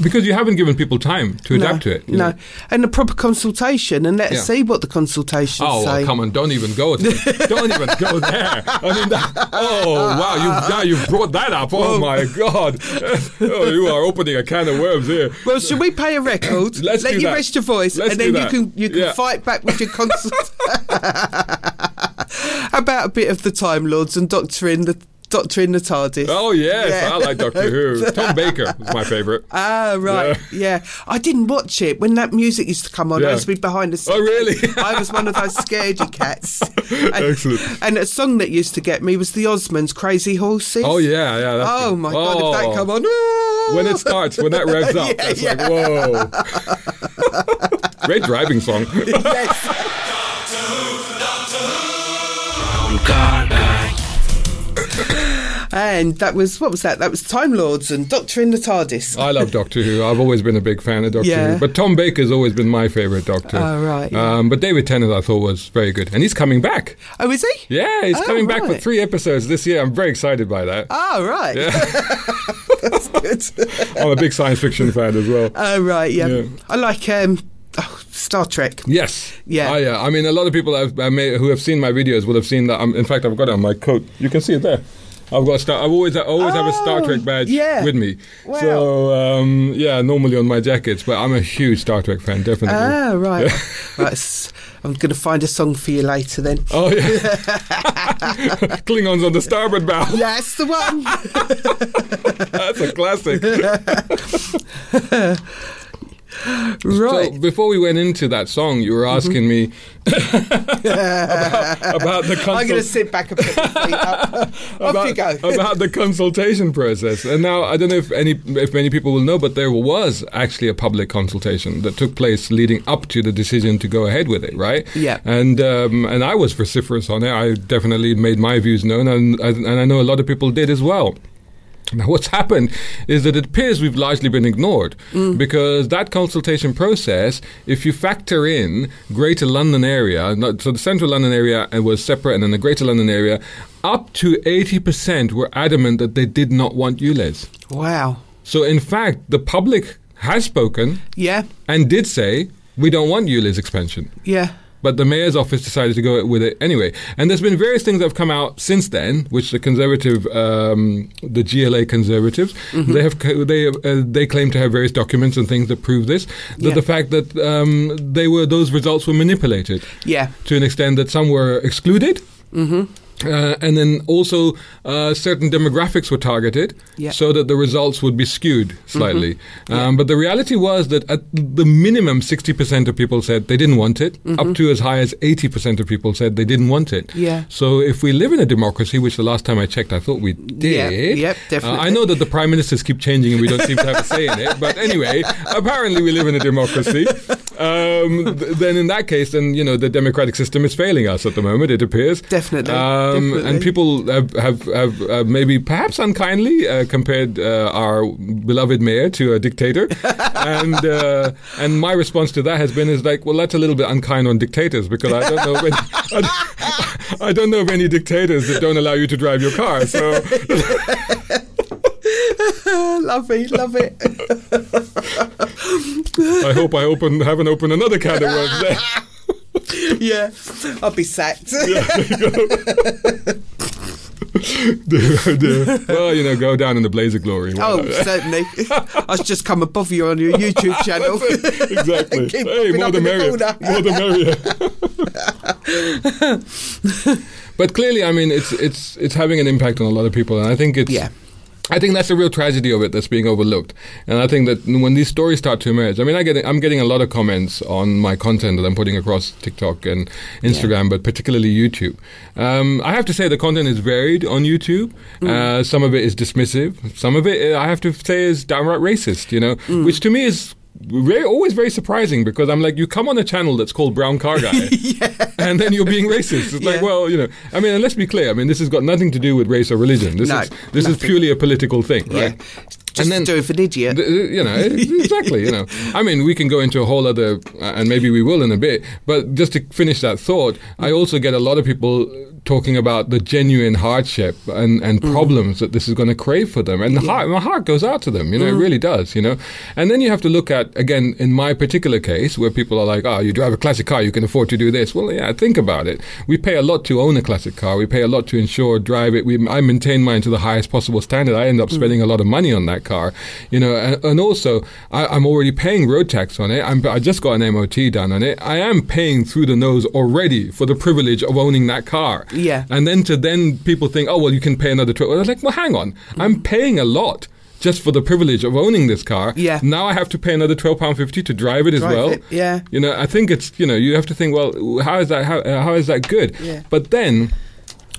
E: because you haven't given people time to
A: Mm.
E: adapt
A: no,
E: to it. you
A: No.
E: know.
A: And a proper consultation, and let's
E: Yeah.
A: see what the consultation
E: Oh,
A: say.
E: well, come on! Don't even go there. don't even go there. I mean, that, oh wow! You've now you've brought that up. Oh my god! oh, you are opening a can of worms here.
A: Well, should we pay a record?
E: Let's
A: Let
E: do
A: you
E: that.
A: rest your voice,
E: Let's
A: and
E: do
A: then
E: that.
A: you can you can
E: Yeah.
A: fight back with your consult. About a bit of the Time Lords and Doctor in the Doctor in the TARDIS.
E: Oh yes,
A: Yeah.
E: I like Doctor Who. Tom Baker is my favorite.
A: Ah, right. Yeah. I didn't watch it when that music used to come on.
E: Yeah.
A: I used to be behind the scenes.
E: Oh, really?
A: I was one of those scaredy cats. And,
E: Excellent.
A: And a song that used to get me was the Osmonds' "Crazy Horses."
E: Oh yeah, yeah. that's
A: Oh
E: good.
A: my god! If
E: Oh.
A: that come on, Ah!
E: When it starts, when that revs up,
A: Yeah,
E: it's like whoa. Great driving song.
A: yes.
D: Brown card guy.
A: And that was what was that? That was Time Lords and Doctor in the TARDIS.
E: I love Doctor Who. I've always been a big fan of Doctor
A: Yeah.
E: Who. But Tom Baker's always been my favourite Doctor.
A: Oh, right, yeah.
E: Um, but David Tennant, I thought, was very good. And he's coming back.
A: oh, is he?
E: Yeah, he's
A: Oh,
E: coming back for
A: right.
E: three episodes this year. I'm very excited by that.
A: Oh, right. That's good.
E: I'm a big science fiction fan as well.
A: Oh, right. Yeah.
E: Yeah.
A: I like um, oh, Star Trek.
E: Yes.
A: Yeah.
E: Oh, yeah. I mean, a lot of people I've, I may, who have seen my videos will have seen that. Um, in fact, I've got it on my coat. You can see it there. I've got a Star. I've always I always have a Star
A: Oh,
E: Trek badge
A: yeah.
E: with me.
A: Wow.
E: So um, yeah, normally on my jackets, but I'm a huge Star Trek fan, definitely.
A: Ah, right. right. s- I'm going to find a song for you later then.
E: Oh yeah, Klingons on the starboard bow.
A: That's the one.
E: That's a classic.
A: Right. Mm-hmm.
E: So before we went into that song, you were asking me about, about the
A: I'm going to
E: consult-
A: sit back and put my feet up. Off
E: about,
A: you go.
E: about the consultation process. And now I don't know if any if many people will know, but there was actually a public consultation that took place leading up to the decision to go ahead with it, right?
A: Yeah.
E: And um, and I was vociferous on it. I definitely made my views known, and and I know a lot of people did as well. Now, what's happened is that it appears we've largely been ignored because that consultation process, if you factor in Greater London area, not, so the Central London area uh, was separate, and then the Greater London area, up to 80% were adamant that they did not want ULEZ.
A: wow.
E: So, in fact, the public has spoken
A: Yeah.
E: and did say, we don't want ULEZ expansion.
A: Yeah.
E: But the mayor's office decided to go with it anyway. And there's been various things that have come out since then, which the conservative, um, the GLA conservatives, they have co- they uh, they claim to have various documents and things that prove this. That
A: Yeah.
E: the fact that um, they were those results were manipulated
A: Yeah.
E: to an extent that some were excluded.
A: Mm-hmm.
E: Uh, and then also uh, certain demographics were targeted
A: Yeah. Mm-hmm.
E: so that the results would be skewed slightly. Um, but the reality was that at the minimum, 60% of people said they didn't want it, up to as high as 80% of people said they didn't want it.
A: Mm-hmm. Yeah.
E: So if we live in a democracy, which the last time I checked, I thought we
A: Yeah,
E: did.
A: yep,
E: uh, I
A: definitely.
E: know that the prime ministers keep changing and we don't seem to have a say in it. But anyway, apparently we live in a democracy. Um, th- then in that case, then, you know, the democratic system is failing us at the moment, it appears.
A: Definitely,
E: Um,
A: definitely.
E: And people have, have, have uh, maybe perhaps unkindly uh, compared uh, our beloved mayor to a dictator. and uh, and my response to that has been is like, well, that's a little bit unkind on dictators because I don't know when, I, don't- I don't know of any dictators that don't allow you to drive your car. So
A: Lovely. Ah, Love it.
E: I hope I open haven't opened another can of worms there.
A: yeah. I'll be sacked.
E: Dear, dear. Well, you know, go down in the blaze of glory. Why
A: Oh,
E: not?
A: certainly. I've just come above you on your YouTube channel.
E: exactly.
A: Keep
E: hey,
A: popping
E: more
A: up
E: the
A: in the
E: merrier.
A: corner.
E: more the merrier. but clearly, I mean, it's it's it's having an impact on a lot of people, and I think it's
A: Yeah.
E: I think that's a real tragedy of it that's being overlooked, and I think that when these stories start to emerge, I mean, I get I'm getting a lot of comments on my content that I'm putting across TikTok and Instagram, but particularly YouTube. Um, I have to say the content is varied on YouTube.
A: Mm.
E: Uh, some of it is dismissive, some of it uh, I have to say is downright racist. You know,
A: Mm.
E: which to me is very always very surprising because I'm like, you come on a channel that's called Brown Car Guy, and then you're being racist. It's like,
A: Yeah.
E: well, you know, I mean, and let's be clear. I mean, this has got nothing to do with race or religion. This
A: No,
E: is this is
A: nothing.
E: purely a political thing,
A: yeah.
E: right?
A: Just to do it for an idiot.
E: th- th- you know, exactly. You know, I mean, we can go into a whole other, uh, and maybe we will in a bit. But just to finish that thought, I also get a lot of people talking about the genuine hardship and, and problems that this is going to create for them, and the heart, my heart goes out to them. You know, it really does. You know, and then you have to look at again in my particular case where people are like, "Oh, you drive a classic car, you can afford to do this." Well, yeah, think about it. We pay a lot to own a classic car. We pay a lot to insure, drive it. We, I maintain mine to the highest possible standard. I end
A: Hmm.
E: up spending a lot of money on that car, you know. And, and also, I, I'm already paying road tax on it. I'm, I just got an MOT done on it. I am paying through the nose already for the privilege of owning that car.
A: Yeah.
E: And then to then people think, oh well, you can pay another. Tw-. I was like, well, hang on,
A: Hmm.
E: I'm paying a lot. Just for the privilege of owning this car,
A: Yeah.
E: Now I have to pay another twelve pound fifty to drive it as
A: Drive
E: well.
A: it, yeah.
E: You know, I think it's you know you have to think well how is that how, uh, how is that good?
A: Yeah.
E: But then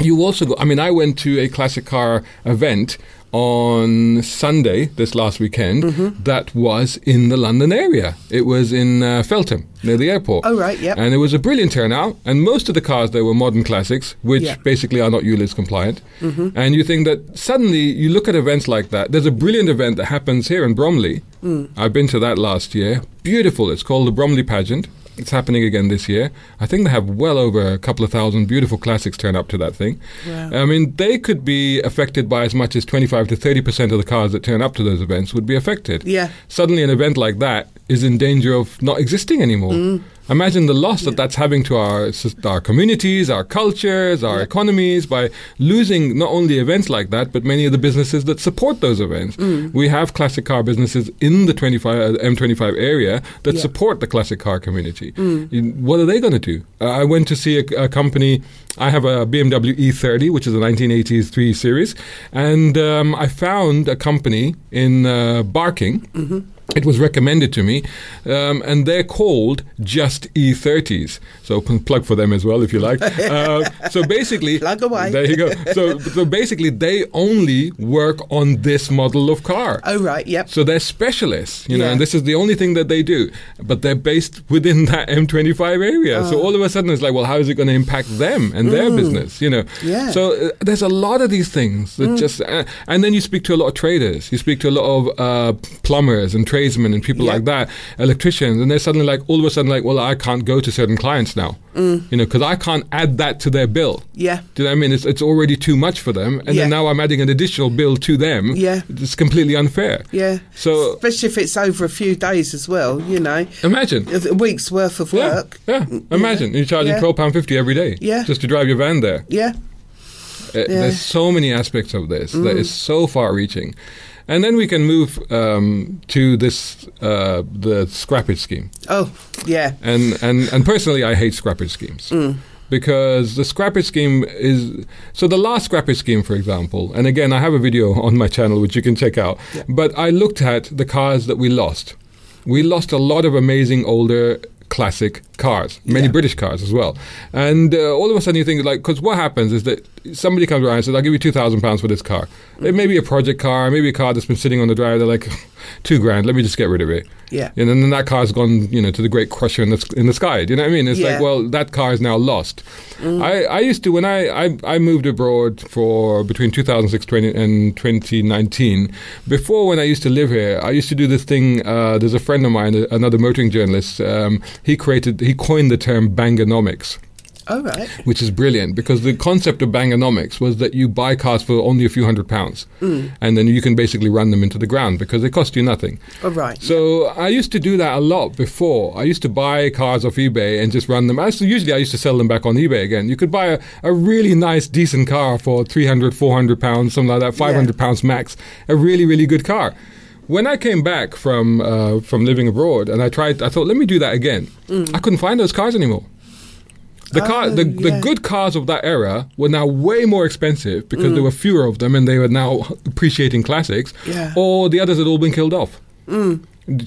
E: you also go. I mean, I went to a classic car event on Sunday this last weekend
A: Mm-hmm.
E: that was in the London area. It was in uh, Feltham near the airport.
A: Oh, right, yep.
E: And it was a brilliant turnout, and most of the cars there were modern classics, which
A: Yeah. Mm-hmm.
E: basically are not ULIS compliant. And you think that suddenly you look at events like that. There's a brilliant event that happens here in Bromley.
A: Mm.
E: I've been to that last year. Beautiful. It's called the Bromley Pageant. It's happening again this year. I think they have well over a couple of thousand beautiful classics turn up to that thing.
A: Wow.
E: I mean, they could be affected by as much as 25 to 30 percent of the cars that turn up to those events would be affected.
A: Yeah.
E: Suddenly, an event like that is in danger of not existing anymore. Imagine the loss that that's having to our s- our communities, our cultures, our economies by losing not only events like that, but many of the businesses that support those events. We have classic car businesses in the 25 uh, M25 area that support the classic car community. In- What are they going to do? Uh, I went to see a, a company. I have a BMW E30, E which is a 1983
A: Mm-hmm.
E: series, and um, I found a company in uh, Barking it was recommended to me, um, and they're called Just E30s. So p- plug for them as well if you like. Uh, so basically,
A: Plug away.
E: There you go. So so basically, they only work on this model of car.
A: Oh, right, yep.
E: So they're specialists, you know,
A: Yeah.
E: and this is the only thing that they do. But they're based within that M25 area.
A: Uh.
E: So all of a sudden, it's like, well, how is it going to impact them and their business, you know?
A: Mm. Yeah. Mm.
E: So uh, there's a lot of these things that just, uh, and then you speak to a lot of traders, you speak to a lot of uh, plumbers and tradesmen and people
A: Yeah.
E: like that, electricians, and they're suddenly like, all of a sudden, like, well, I can't go to certain clients now, you know, because I can't add that to their bill.
A: Mm. Yeah.
E: Do you know what I mean? It's, it's already too much for them. And
A: Yeah.
E: then now I'm adding an additional bill to them.
A: Yeah.
E: It's completely unfair.
A: Yeah.
E: So
A: especially if it's over a few days as well, you know,
E: imagine.
A: a week's worth of
E: Yeah,
A: work. Mm,
E: yeah. Imagine you're charging
A: Yeah.
E: twelve pound fifty every day,
A: Yeah.
E: just to drive your van there.
A: Yeah.
E: Uh, There's so many aspects of this
A: Mm.
E: that is so far-reaching, and then we can move um, to this uh, the scrappage scheme.
A: Oh, yeah. Mm.
E: And and and personally, I hate scrappage schemes. Because the scrappage scheme is so the last scrappage scheme, for example, and again I have a video on my channel which you can check out. But I looked at the cars that we lost. We lost a lot of amazing older classic cars, many British cars as well. And uh, all of a sudden you think like, because what happens is that somebody comes around and says, "I'll give you two thousand pounds for this car."
A: Mm.
E: It may be a project car, maybe a car that's been sitting on the drive. They're like, two grand. Let me just get rid of it.
A: Yeah.
E: And then that car's gone, you know, to the great crusher in the, in the sky. Do you know what I mean? It's
A: Yeah.
E: like, well, that car is now lost. I, I used to, when I, I, I moved abroad for between 2006 20, and 2019, before when I used to live here, I used to do this thing. Uh, there's a friend of mine, a- another motoring journalist, um, he created, he coined the term bangonomics.
A: All right.
E: Which is brilliant because the concept of bangonomics was that you buy cars for only a few hundred pounds and then you can basically run them into the ground because they cost you nothing.
A: All right.
E: So I used to do that a lot before. I used to buy cars off eBay and just run them. I used to- usually I used to sell them back on eBay again. You could buy a, a really nice, decent car for 300, 400 pounds, something like that, 500 pounds max. A really, really good car. When I came back from uh, from living abroad and I tried, I thought, let me do that again. I couldn't find those cars anymore. The car, the, the
A: Oh, yeah.
E: good cars of that era were now way more expensive because
A: Mm.
E: there were fewer of them and they were now appreciating classics.
A: Yeah. Mm.
E: Or the others had all been killed off.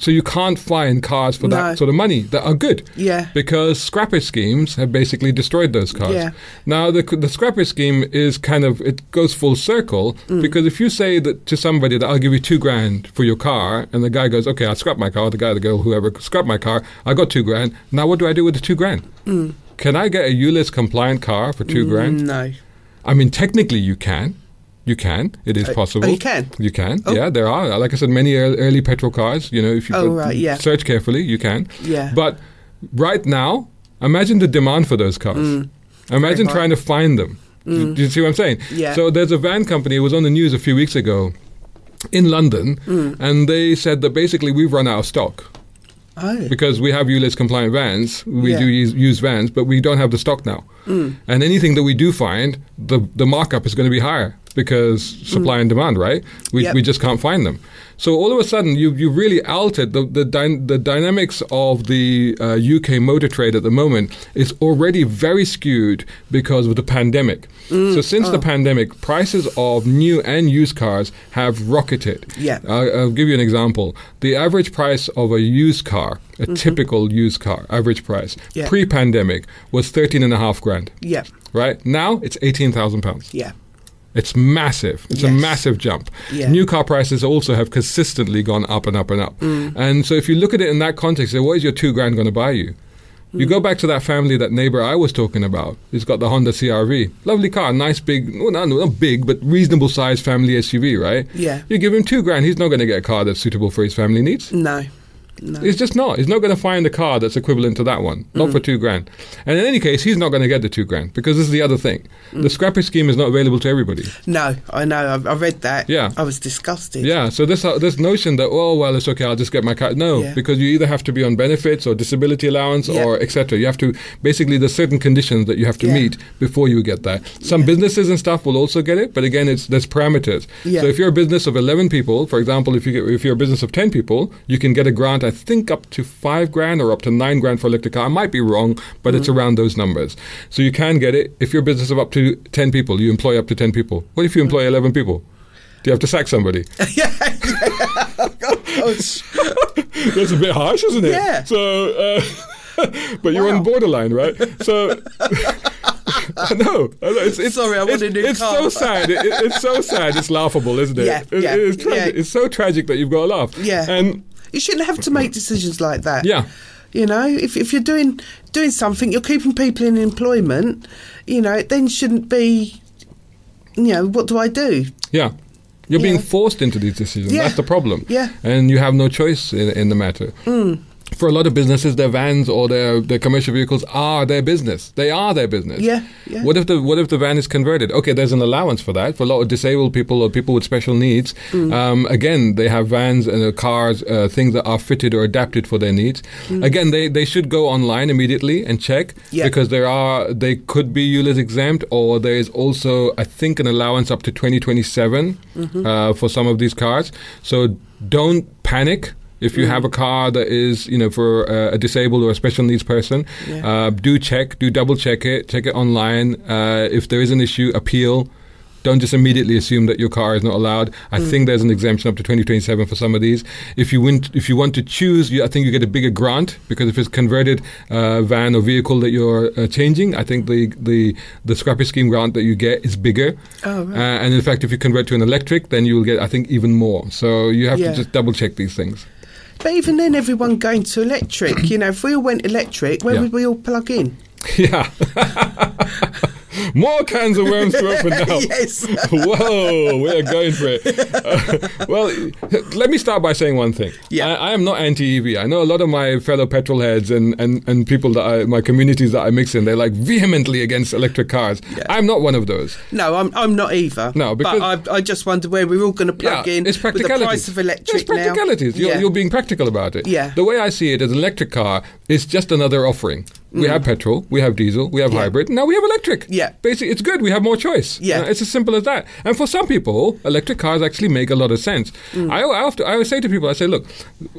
E: So you can't find cars for
A: No.
E: that sort of money that are good.
A: Yeah.
E: Because scrappage schemes have basically destroyed those cars.
A: Yeah.
E: Now the the scrappage scheme is kind of it goes full circle
A: Mm.
E: because if you say that to somebody that I'll give you two grand for your car and the guy goes okay I'll scrap my car the guy the girl whoever scrap my car I got two grand now what do I do with the two grand? Can I get a ULIS compliant car for two grand?
A: No.
E: I mean, technically, you can. You can. It is possible.
A: oh, you can?
E: You can. Yeah, there are. Like I said, many ear- early petrol cars. You know, if you
A: Oh,
E: uh,
A: right, yeah.
E: search carefully, you can.
A: Yeah.
E: But right now, imagine the demand for those cars.
A: Mm.
E: Imagine
A: high.
E: trying to find them. Do, do you see what I'm saying?
A: Mm. Yeah.
E: So there's a van company. It was on the news a few weeks ago in London,
A: Mm.
E: and they said that basically we've run out of stock
A: Oh.
E: because we have ULIS compliant vans. We
A: Yeah. Mm.
E: do use, use vans, but we don't have the stock now. And anything that we do find, the the markup is going to be higher because supply and demand, right? We
A: Mm. Yep.
E: we just can't find them. So all of a sudden, you you really altered the the, dy- the dynamics of the uh, UK motor trade at the moment is already very skewed because of the pandemic.
A: Mm.
E: so since
A: Oh.
E: the pandemic, prices of new and used cars have rocketed. Uh,
A: Yeah.
E: I'll, I'll give you an example. The average price of a used car, a typical used car, average price,
A: Mm-hmm. Yeah.
E: pre pandemic was 13 and a half grand.
A: Yeah.
E: Right? Now it's 18,000 pounds.
A: Yeah.
E: It's massive. It's a
A: Yes.
E: massive jump.
A: Yeah.
E: New car prices also have consistently gone up and up and up.
A: Mm.
E: And so if you look at it in that context, then what is your two grand going to buy you? You
A: Mm.
E: go back to that family, that neighbor I was talking about. He's got the Honda CRV. Lovely car, nice big, well, not, not big, but reasonable sized family SUV, right?
A: Yeah.
E: You give him two grand, he's not going to get a car that's suitable for his family needs.
A: No. No.
E: It's just not. He's not going to find a car that's equivalent to that one,
A: Mm.
E: not for two grand. And in any case, he's not going to get the two grand because this is the other thing.
A: Mm.
E: The scrappage scheme is not available to everybody.
A: No. I know. I, I read that.
E: Yeah.
A: I was disgusted.
E: Yeah, so this this notion that oh well it's okay I'll just get my car no
A: Yeah.
E: because you either have to be on benefits or disability allowance
A: Yeah.
E: or etc. You have to basically there's certain conditions that you have to
A: Yeah.
E: meet before you get that. Some businesses and stuff will also get it, but again it's there's parameters.
A: Yeah.
E: So if you're a business of eleven people, for example, if you get, if you're a business of ten people, you can get a grant I think up to five grand or up to nine grand for electric car. I might be wrong, but
A: Mm.
E: it's around those numbers. So
A: Mm.
E: you can get it if you're a business of up to ten people. You employ up to ten people. What if you employ eleven people? Do you have to sack somebody?
A: yeah. Oh, it's-
E: That's a bit harsh, isn't it?
A: Yeah.
E: So, uh, but you're
A: Wow.
E: on borderline, right? So. I know. I know. It's, it's,
A: Sorry, I
E: it's,
A: wanted to
E: It's so
A: calm.
E: sad. It, it- it's so sad. It's laughable, isn't it?
A: Yeah,
E: It-
A: yeah,
E: it's, tragic.
A: yeah.
E: it's so tragic that you've got to laugh.
A: Yeah.
E: And
A: you shouldn't have to make decisions like that.
E: Yeah.
A: You know, if if you're doing doing something, you're keeping people in employment. You know, it then shouldn't be. You know, what do I do?
E: Yeah. You're being
A: Yeah.
E: forced into these decisions.
A: Yeah.
E: That's the problem.
A: Yeah. Mm.
E: And you have no choice in, in the matter. For a lot of businesses, their vans or their, their commercial vehicles are their business. They are their business.
A: Yeah, yeah.
E: What if the what if the van is converted? Okay, there's an allowance for that for a lot of disabled people or people with special needs.
A: Mm.
E: Um, again, they have vans and uh, cars, uh, things that are fitted or adapted for their needs. Again, they, they should go online immediately and check
A: Mm. Yeah.
E: because there are they could be ULIS exempt, or there is also I think an allowance up to 2027 uh, for some of these cars. So don't panic. If you have a car that is, you know, for uh, a disabled or a special needs person,
A: Yeah.
E: uh, do check, do double check it, check it online. Uh, if there is an issue, appeal. Don't just immediately assume that your car is not allowed.
A: Hmm.
E: I think there's an exemption up to 2027 for some of these. If you win, if you want to choose, you, I think you get a bigger grant because if it's converted uh, van or vehicle that you're uh, changing, I think the the the scrappy scheme grant that you get is bigger.
A: Oh, right.
E: uh, and in fact, if you convert to an electric, then you will get I think even more. So you have
A: Yeah.
E: to just double check these things.
A: But even then, everyone going to electric. You know, if we all went electric, where
E: Yeah.
A: would we all plug in?
E: yeah. More cans of worms to open now.
A: Yes.
E: Whoa, we are going for it. Uh, well, let me start by saying one thing.
A: Yeah.
E: I, I am not anti-EV. I know a lot of my fellow petrol heads and, and, and people that I, my communities that I mix in, they're like vehemently against electric cars. I'm not one of those.
A: No, I'm I'm not either.
E: No, because-
A: but I, I just wonder where we're all going to plug in
E: It's
A: with
E: practicalities.
A: the price of electric
E: It's practicalities.
A: now.
E: You're,
A: Yeah.
E: you're being practical about it.
A: Yeah.
E: The way I see it is an electric car is just another offering. We have petrol, we have diesel, we have hybrid. Now we have electric.
A: Mm. Yeah.
E: Basically, it's good. We have more choice.
A: Yeah.
E: You know, it's as simple as that. And for some people, electric cars actually make a lot of sense.
A: Mm.
E: I, I, often, I always say to people, I say, look,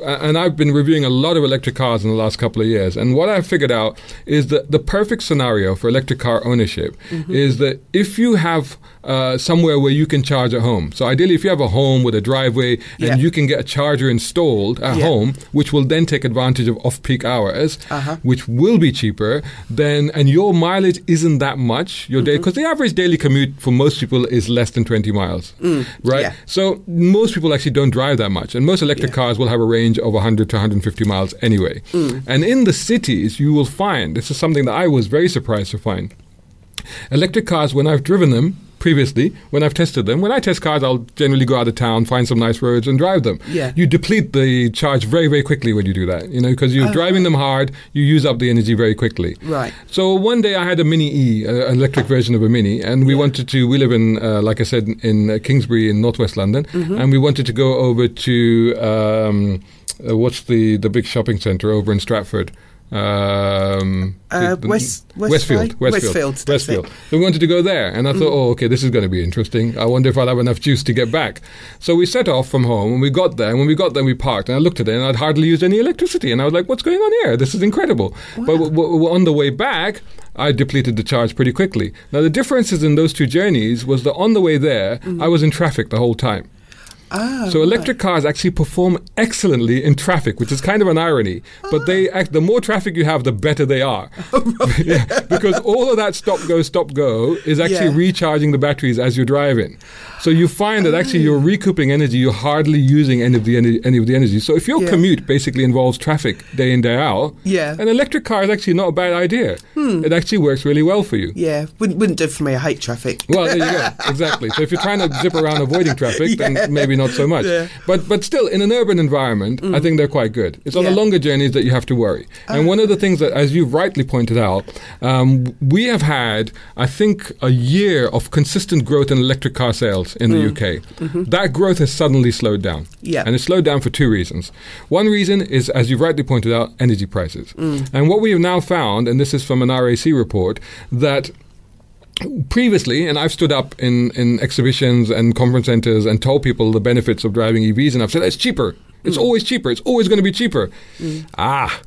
E: a- and I've been reviewing a lot of electric cars in the last couple of years, and what I've figured out is that the perfect scenario for electric car ownership
A: Mm-hmm.
E: is that if you have uh, somewhere where you can charge at home. So ideally, if you have a home with a driveway and
A: Yeah.
E: you can get a charger installed at
A: Yeah.
E: home, which will then take advantage of off-peak hours,
A: Uh-huh.
E: which will be cheaper. Then and your mileage isn't that much your day
A: Mm-hmm.
E: because the average daily commute for most people is less than 20 miles, right?
A: Mm, yeah.
E: So most people actually don't drive that much, and most electric cars will have a range of 100 to 150 miles anyway.
A: Mm.
E: And in the cities, you will find this is something that I was very surprised to find electric cars when I've driven them previously when I've tested them when I test cars I'll generally go out of town find some nice roads and drive them
A: Yeah.
E: you deplete the charge very very quickly when you do that you know because you're driving them hard you use up the energy very quickly
A: Oh, Right.
E: so one day I had a Mini E uh, an electric version of a Mini and we wanted to we live in uh, like I said in uh, Kingsbury in northwest London
A: Mm-hmm.
E: and we wanted to go over to um, uh, what's the the big shopping centre over in Stratford um,
A: Uh,
E: the- the-
A: West- West
E: Westfield,
A: Side?
E: Westfield,
A: Westfield, that's
E: Westfield.
A: it. Mm.
E: So we wanted to go there, and I thought, oh, okay, this is going to be interesting. I wonder if I'll have enough juice to get back. So we set off from home, and we got there. And when we got there, we parked, and I looked at it, and I'd hardly used any electricity, and I was like, what's going on here? This is incredible. But w- w- on the way back, I depleted the charge pretty quickly. Now the differences in those two journeys was that on the way there,
A: Mm.
E: I was in traffic the whole time. So electric cars actually perform excellently in traffic, which is kind of an irony. But they
A: Ah.
E: act, the more traffic you have, the better they are,
A: Oh,
E: Yeah, because all of that stop go stop go is actually
A: Yeah.
E: recharging the batteries as you're driving. So you find that actually you're
A: Ah.
E: recouping energy. You're hardly using any of the energy, any of the energy. So if your
A: Yeah.
E: commute basically involves traffic day in day out,
A: Yeah. Hmm.
E: an electric car is actually not a bad idea. It actually works really well for you.
A: yeah, wouldn't wouldn't do for me. I hate traffic.
E: Well, there you go. Exactly. So if you're trying to zip around avoiding traffic,
A: Yeah.
E: then maybe not so much.
A: Yeah. Mm.
E: But but still, in an urban environment, I think they're quite good. It's on the
A: Yeah.
E: longer journeys that you have to worry. And one of the things that, as you rightly pointed out, um, we have had, I think, a year of consistent growth in electric car sales in the UK. That growth has suddenly slowed down.
A: Mm. Mm-hmm. Yeah.
E: And it's slowed down for two reasons. One reason is, as you rightly pointed out, energy
A: Mm.
E: prices. And what we have now found, and this is from an RAC report, that previously, and I've stood up in, in exhibitions and conference centers and told people the benefits of driving EVs, and I've said it's cheaper. It's always cheaper. It's always going to be cheaper. Ah,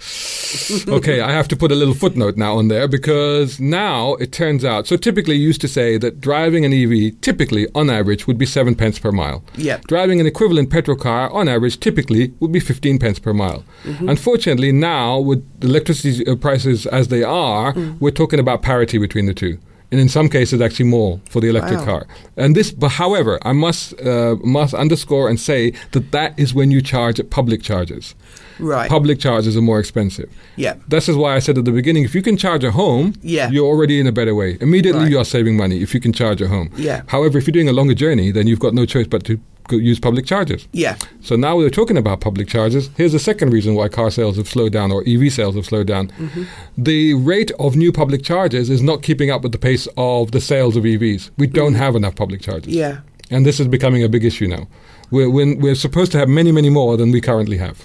E: okay. I have to put a little footnote now on there because now it turns out. So typically, you used to say that driving an EV, typically on average, would be seven pence per mile.
A: Yep.
E: Driving an equivalent petrol car, on average, typically would be fifteen pence per mile. Unfortunately, now with the electricity uh, prices as they are, we're talking about parity between the two and in some cases actually more for the electric
A: Wow.
E: car. And this, but however, I must uh, must underscore and say that that is when you charge at public charges.
A: Right.
E: Public charges are more expensive.
A: Yeah.
E: This is why I said at the beginning, if you can charge at home,
A: Yeah.
E: you're already in a better way. Immediately,
A: Right.
E: you are saving money if you can charge at home.
A: Yeah.
E: However, if you're doing a longer journey, then you've got no choice but to go- use public charges.
A: Yeah.
E: So now we're talking about public charges. Here's the second reason why car sales have slowed down or EV sales have slowed down.
A: Mm-hmm.
E: The rate of new public charges is not keeping up with the pace of the sales of EVs. We don't have enough public charges.
A: Mm-hmm. Yeah.
E: And this is becoming a big issue now. We're, we're, we're supposed to have many, many more than we currently have.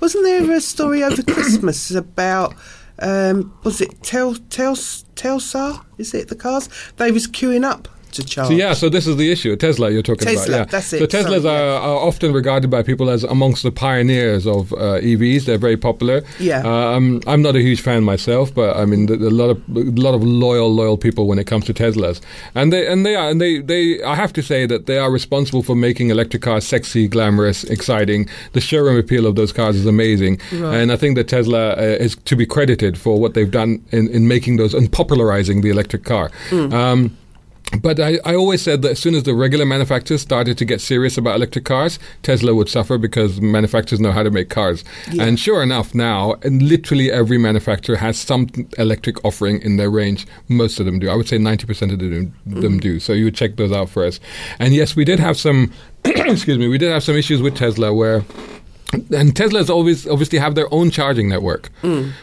A: Wasn't there a story over Christmas about um, was it Tel Tel Telstar? Is it the cars? They was queuing up to charge.
E: So yeah, so this is the issue. Tesla, you're talking
A: Tesla,
E: about. Yeah.
A: that's it,
E: So Teslas
A: sorry,
E: are, are often regarded by people as amongst the pioneers of uh, EVs. They're very popular.
A: Yeah.
E: Um, I'm not a huge fan myself, but I mean, th- a lot of a lot of loyal, loyal people when it comes to Teslas, and they and they are and they they. I have to say that they are responsible for making electric cars sexy, glamorous, exciting. The showroom appeal of those cars is amazing, and I think that Tesla uh, is to be credited for what they've done in, in making those and popularizing the electric car.
A: Mm.
E: Um, but I, I always said that as soon as the regular manufacturers started to get serious about electric cars, Tesla would suffer because manufacturers know how to make cars. And sure enough, now and literally every manufacturer has some electric offering in their range. Most of them do. I would say 90% of them, them do. So you would check those out for us. And yes, we did have some. excuse me. We did have some issues with Tesla where and Tesla's always obviously have their own charging network,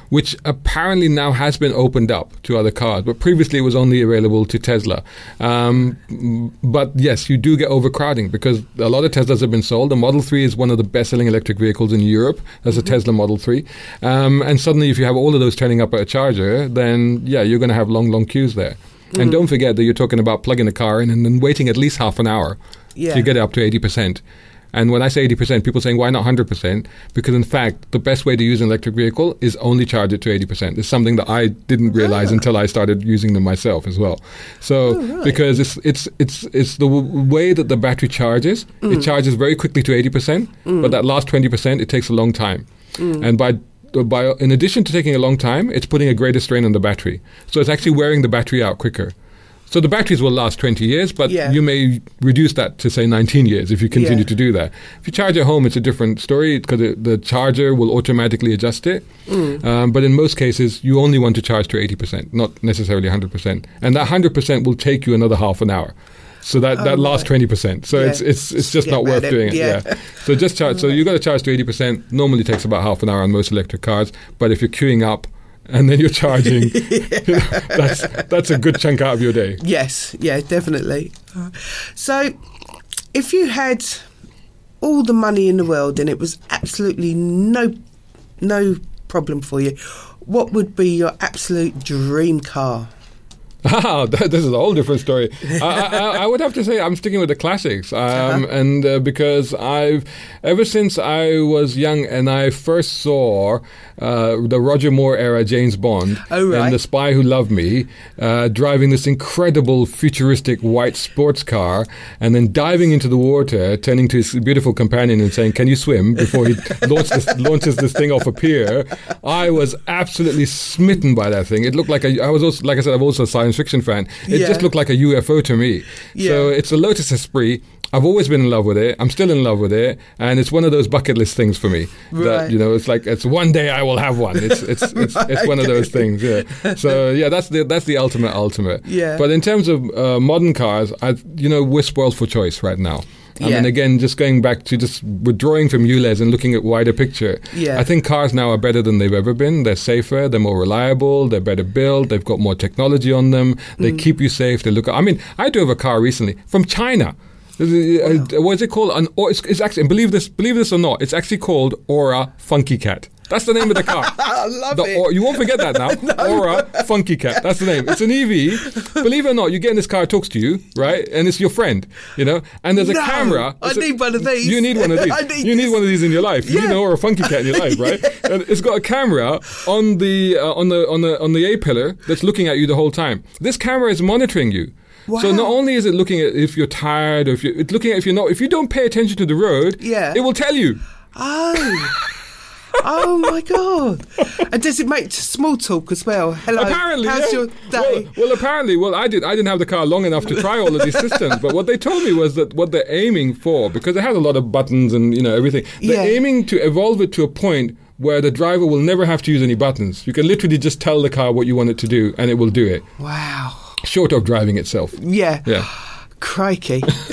E: which apparently now has been opened up to other cars, but previously it was only available to Tesla. Um, m- but yes, you do get overcrowding because a lot of Teslas have been sold. The Model 3 is one of the best selling electric vehicles in Europe. That's a Tesla Model 3. Um, and suddenly, if you have all of those turning up at a charger, then yeah, you're going to have long, long queues there. And don't forget that you're talking about plugging a car in and then waiting at least half an hour
A: Yeah.
E: to get it up to 80%. And when I say 80%, people are saying, why not 100%? Because in fact, the best way to use an electric vehicle is only charge it to 80%. It's something that I didn't realize until I started using them myself as well. So, because it's, it's, it's, it's the w- way that the battery charges, it charges very quickly to 80%, but that last 20%, it takes a long time. And by by, in addition to taking a long time, it's putting a greater strain on the battery. So it's actually wearing the battery out quicker. So the batteries will last 20 years, but
A: Yeah.
E: you may reduce that to say 19 years if you continue
A: Yeah.
E: to do that. If you charge at home, it's a different story because the charger will automatically adjust it.
A: Mm.
E: Um, but in most cases, you only want to charge to 80%, not necessarily 100%. And that 100% will take you another half an hour. So that, that last 20%. So
A: Oh, Yeah.
E: it's, it's, it's just
A: Get
E: not
A: mad
E: worth
A: at-
E: doing it.
A: yeah.
E: yeah. So just charge. So you got to charge to eighty percent. Normally takes about half an hour on most electric cars. But if you're queuing up and then you're charging, that's that's a good chunk out of your day.
A: Yes, yeah, definitely. So, if you had all the money in the world and it was absolutely no no problem for you, what would be your absolute dream car?
E: Ah, th- this is a whole different story. I, I, I- I would have to say I'm sticking with the classics,
A: Uh-huh.
E: um, and uh, because I've ever since I was young and I first saw uh, the Roger Moore era James Bond
A: Oh, right.
E: and the Spy Who Loved Me uh, driving this incredible futuristic white sports car, and then diving into the water, turning to his beautiful companion and saying, "Can you swim?" before he launches this, launches this thing off a pier. I was absolutely smitten by that thing. It looked like a, I was also, like I said, I'm also a science fiction fan. It
A: Yeah.
E: just looked like a UFO to me. So
A: Yeah.
E: it's a Lotus Esprit. I've always been in love with it. I'm still in love with it, and it's one of those bucket list things for me.
A: Right.
E: That you know, it's like it's one day I will have one. It's it's it's, it's one of those things. Yeah. So yeah, that's the that's the ultimate ultimate.
A: Yeah.
E: But in terms of uh, modern cars, I you know we're spoiled for choice right now. I
A: Yeah.
E: mean, again, just going back to just withdrawing from ULEZ and looking at wider picture.
A: Yeah.
E: I think cars now are better than they've ever been. They're safer, they're more reliable, they're better built, they've got more technology on them.
A: Mm.
E: They keep you safe. They look. I mean, I drove a car recently from China. Uh, uh, What is it called? An, or- it's, it's actually believe this, believe this or not, it's actually called Aura Funky Cat. That's the name of the car.
A: I love
E: The
A: it.
E: Or- you won't forget that now. Aura Funky Cat. That's the name. It's an EV. Believe it or not, you get in this car, it talks to you, right? And it's your friend, you know. And there's a
A: No,
E: camera.
A: I
E: It's a-
A: need one of these.
E: You need one of these.
A: I need
E: you need
A: this.
E: one of these in your life. You
A: Yeah.
E: need an Aura Funky Cat in your life, right? And it's got a camera on the uh, on the on the on the A pillar that's looking at you the whole time. This camera is monitoring you. So not
A: Wow.
E: only is it looking at if you're tired or if you're it's looking at if you're not if you don't pay attention to the road,
A: Yeah.
E: it will tell you.
A: Oh. oh my god! And does it make small talk as well? Hello.
E: apparently,
A: how's
E: yeah.
A: your day?
E: Well, well, apparently, well, I did. I didn't have the car long enough to try all of these systems. But what they told me was that what they're aiming for, because it has a lot of buttons and you know everything, they're
A: Yeah.
E: aiming to evolve it to a point where the driver will never have to use any buttons. You can literally just tell the car what you want it to do, and it will do it,
A: wow.
E: short of driving itself.
A: Yeah.
E: Yeah.
A: Crikey.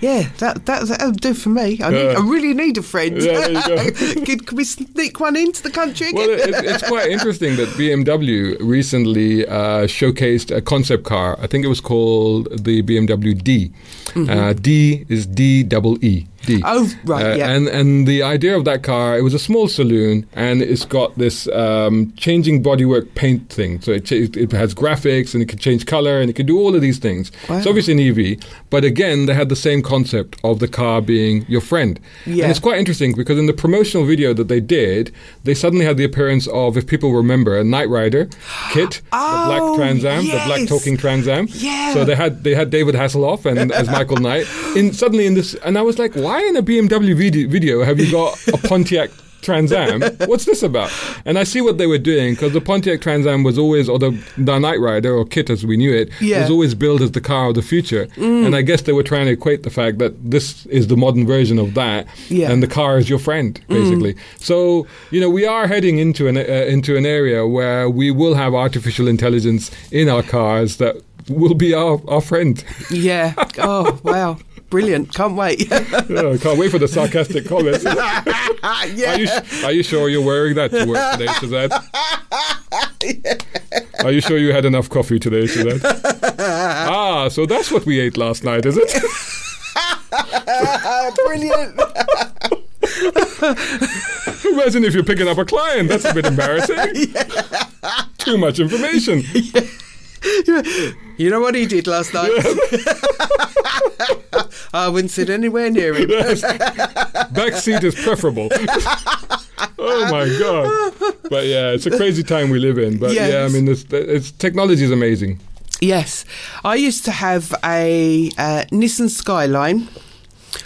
A: yeah, that, that that'll do for me. I, need, I really need a friend.
E: Yeah, there you
A: Could- can we sneak one into the country again?
E: Well, it, it's quite interesting that BMW recently uh, showcased a concept car. I think it was called the BMW D. Uh, D is D double E. D.
A: Mm-hmm. Oh, right,
E: Uh,
A: yeah.
E: And and the idea of that car, it was a small saloon, and it's got this um, changing bodywork paint thing. So it cha- it has graphics, and it can change color, and it can do all of these things. It's
A: Wow.
E: obviously an EV, but again, they had the same concept of the car being your friend.
A: Yeah.
E: And it's quite interesting because in the promotional video that they did, they suddenly had the appearance of, if people remember, a Knight Rider kit, the
A: Oh,
E: black Trans Am, the black
A: yes.
E: talking Trans Am.
A: Yeah.
E: So they had they had David Hasselhoff and as Michael Knight. In suddenly in this, and I was like, why in a BMW video, video have you got a Pontiac? Trans Am, what's this about? And I see what they were doing because the Pontiac Trans Am was always, or the, the Knight Rider or Kit as we knew it,
A: Yeah.
E: was always billed as the car of the future. And I guess they were trying to equate the fact that this is the modern version of that,
A: Yeah.
E: and the car is your friend basically. So you know we are heading into an uh, into an area where we will have artificial intelligence in our cars that will be our, our friend.
A: yeah. Oh wow. Brilliant. Can't wait.
E: Oh, I can't wait for the sarcastic comments. are, you,
A: yeah.
E: s- are you sure you're wearing that to work today, Shazad? Are you sure you had enough coffee today, Shazad? ah, so that's what we ate last night, is it?
A: Brilliant.
E: Imagine if you're picking up a client. That's a bit embarrassing. Too much information.
A: You know what he did last night? I wouldn't sit anywhere near him.
E: Back seat is preferable. oh my god! But yeah, it's a crazy time we live in. But
A: Yes.
E: yeah, I mean, this, it's technology is amazing.
A: Yes, I used to have a uh, Nissan Skyline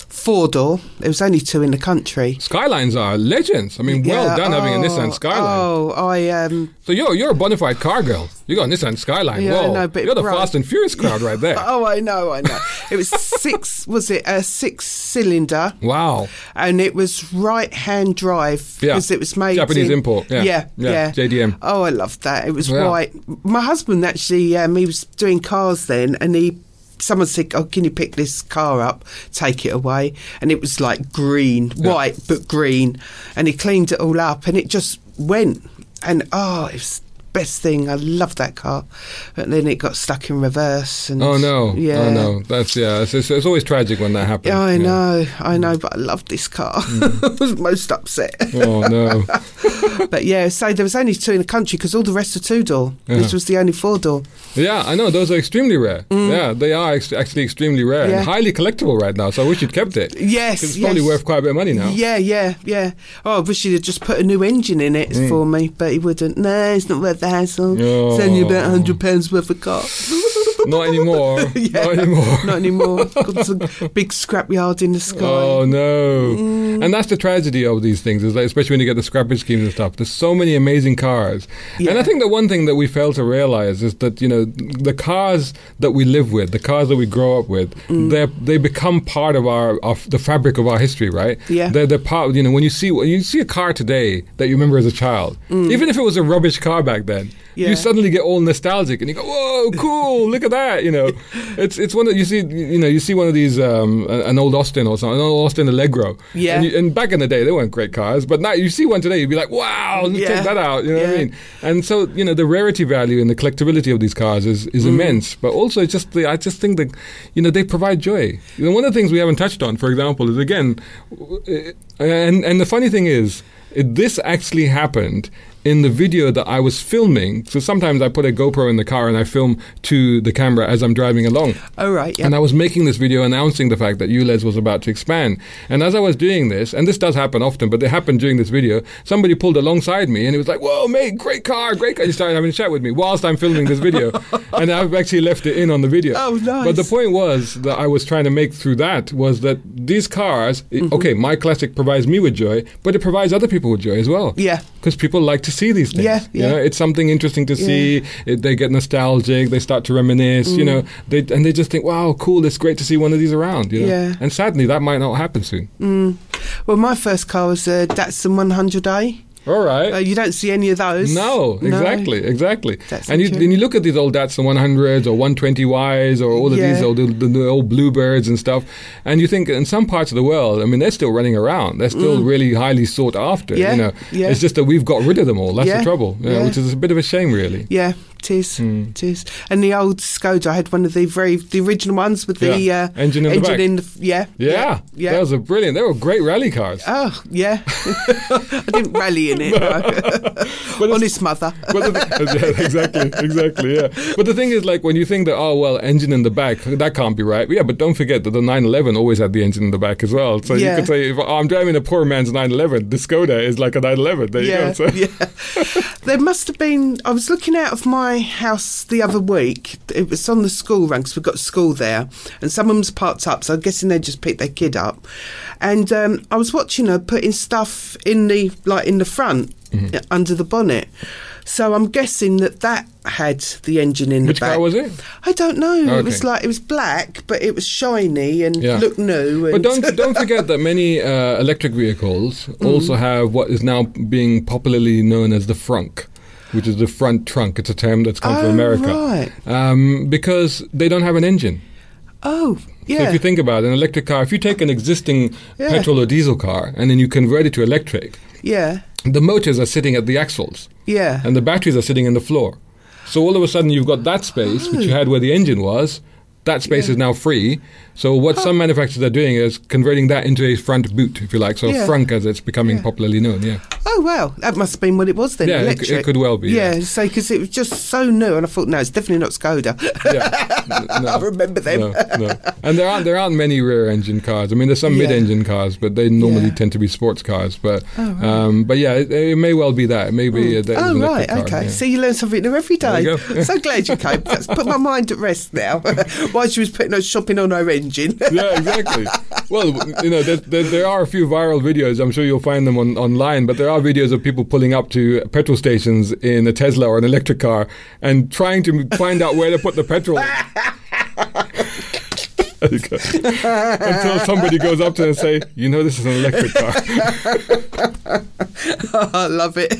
A: four door. There was only two in the country.
E: Skylines are legends. I mean,
A: Yeah,
E: well done having a
A: oh,
E: Nissan Skyline.
A: Oh, I um.
E: So you're you're a bona fide car girl. You got a Nissan Skyline.
A: Yeah, I
E: Whoa,
A: know, but
E: you're the
A: right.
E: Fast and Furious crowd right there.
A: Oh, I know, I know. It was six. Was it a six cylinder?
E: Wow.
A: And it was right hand drive
E: Yeah.
A: because it was made
E: Japanese
A: in-
E: import, yeah.
A: yeah,
E: Yeah, JDM.
A: Oh, I loved that. It was
E: Yeah.
A: white. My husband actually, um, he was doing cars then, and he. Someone said, "Oh, can you pick this car up? Take it away." And it was like green, white but green, and he cleaned it all up, and it just went. And oh, it was the best thing. I love that car. But then it got stuck in reverse. And
E: Oh no.
A: yeah,
E: Oh no. That's yeah. It's, it's, it's always tragic when that happens.
A: yeah, I
E: Yeah. Mm.
A: know, I know, but I loved this car. I was most upset.
E: Oh no.
A: but yeah, so there was only two in the country because all the rest are two door. This was the only four door.
E: Yeah, I know. Those are extremely rare. Yeah, they are ex- actually extremely rare
A: Mm. Yeah.
E: and highly collectible right now. So I wish you'd kept it. 'Cause
A: Yes,
E: It's probably
A: yes.
E: worth quite a bit of money now.
A: Yeah, yeah, yeah. Oh, I wish he'd have just put a new engine in it for me, but he wouldn't. No, it's not worth the hassle. It's only about
E: Oh.
A: hundred pounds worth of car.
E: Not anymore.
A: Yeah.
E: Not anymore.
A: Not anymore. Got some big scrapyard in the sky.
E: Oh no!
A: Mm.
E: And that's the tragedy of these things, is that especially when you get the scrappage schemes and stuff. There's so many amazing cars, and
A: Yeah.
E: I think the one thing that we fail to realize is that you know the cars that we live with, the cars that we grow up with,
A: Mm.
E: they they become part of our of the fabric of our history, right?
A: Yeah.
E: they're, they're part. You know, when you see when you see a car today that you remember as a child, even if it was a rubbish car back then,
A: Mm. Yeah.
E: you suddenly get all nostalgic and you go, "Whoa, cool! look at that!" You know, it's it's one that you see. You know, you see one of these um, a- an old Austin or something, an old Austin Allegro.
A: Yeah.
E: And, you, and back in the day, they weren't great cars, but now you see one today, you'd be like, "Wow, look,
A: Yeah.
E: check that out!" You know what
A: Yeah.
E: I mean? And so you know, the rarity value and the collectability of these cars is,
A: Mm.
E: is immense. But also, it's just the, I just think that you know they provide joy. uh, You know, one of the things we haven't touched on, for example, is again, w- eh, and and the funny thing is. It, this actually happened in the video that I was filming. So sometimes I put a GoPro in the car and I film to the camera as I'm driving along.
A: Oh, right, yeah.
E: And I was making this video announcing the fact that ULEZ was about to expand. And as I was doing this, and this does happen often, but it happened during this video, somebody pulled alongside me and it was like, whoa, mate, great car, great car. He started having a chat with me whilst I'm filming this video. and I've actually left it in on the video.
A: Oh, nice.
E: But the point was that I was trying to make through that was that these cars,
A: Mm-hmm.
E: okay, my classic provides me with joy, but it provides other people with joy as well.
A: Yeah.
E: Because people like to see these things.
A: Yeah,
E: you
A: yeah.
E: know, it's something interesting to see. It, they get nostalgic. They start to reminisce.
A: Mm.
E: You know, they and they just think, "Wow, cool! It's great to see one of these around." You know?
A: Yeah. Mm.
E: And sadly, that might not happen soon.
A: Well, my first car was a Datsun 100A.
E: All
A: Uh,
E: right.
A: you don't see any of those.
E: no, exactly, exactly.
A: That's
E: and you
A: true.
E: and you look at these old Datsun 100s or 120Ys or all of these
A: Yeah.
E: old the, the old Bluebirds and stuff, and you think in some parts of the world, I mean, they're still running around. They're still really highly sought after.
A: Mm. Yeah,
E: You know,
A: yeah.
E: it's just that we've got rid of them all. That's
A: Yeah,
E: the trouble, you know,
A: yeah.
E: which is a bit of a shame, really.
A: Yeah, it is.
E: Hmm.
A: It is. And the old Skoda, I had one of the very the original ones with the
E: Yeah.
A: uh,
E: Engine in the back.
A: in the f- yeah,
E: Yeah,
A: yeah.
E: those are brilliant. They were great rally cars.
A: Oh yeah, I didn't rally in it.
E: But
A: no.
E: it's-
A: Honest mother.
E: But the thi- yeah, exactly, exactly, yeah. But the thing is, like, when you think that, oh well, engine in the back, that can't be right. Yeah, but don't forget that the 911 always had the engine in the back as well. So
A: Yeah.
E: you could say, if oh, I'm driving a poor man's 911, the Skoda is like a 911. There you
A: yeah,
E: go. So.
A: yeah. There must have been. I was looking out of my house the other week. It was on the school run 'cause we've got school there, and someone's parked up. So I'm guessing they just picked their kid up. And um, I was watching her putting stuff in the like in the front
E: Mm-hmm.
A: uh, under the bonnet. So I'm guessing that that had the engine in
E: Which
A: the back.
E: car was it?
A: I don't know.
E: Okay.
A: It was like it was black, but it was shiny and
E: Yeah.
A: looked new.
E: But
A: And
E: don't don't forget that many uh, electric vehicles
A: Mm.
E: also have what is now being popularly known as the frunk, which is the front trunk. It's a term that's come
A: Oh,
E: from America
A: right.
E: um, because they don't have an engine.
A: oh yeah.
E: So if you think about it, an electric car, if you take an existing
A: Yeah.
E: petrol or diesel car and then you convert it to electric,
A: yeah.
E: the motors are sitting at the axles
A: Yeah.
E: and the batteries are sitting in the floor. So all of a sudden you've got that space which you had where the engine was. That space is now free. So what some manufacturers are doing is converting that into a front boot, if you like, so
A: Yeah.
E: frunk as it's becoming popularly known. Yeah,
A: Oh wow, that must have been what it was then.
E: Yeah, it c-
A: electric.
E: it could well be,
A: Yeah,
E: yeah.
A: so because it was just so new, and I thought, no, it's definitely not Skoda.
E: yeah. N- no.
A: I remember them.
E: No, no. And there aren't there aren't many rear engine cars. I mean, there's some
A: Yeah.
E: mid-engine cars, but they normally
A: Yeah.
E: tend to be sports cars. But
A: Oh, right.
E: um, but yeah, it, it may well be that. Maybe uh, that is
A: oh
E: an
A: right,
E: electric car,
A: okay.
E: yeah.
A: So you learn something new every
E: There
A: day.
E: you go.
A: so glad you came. That's put my mind at rest now. While she was putting her shopping on her engine.
E: yeah, exactly. Well, you know, there, there, there are a few viral videos. I'm sure you'll find them on, online, but there are videos of people pulling up to petrol stations in a Tesla or an electric car and trying to find out where to put the petrol. There you go. Until somebody goes up to them and say, "You know, this is an electric car."
A: I love it.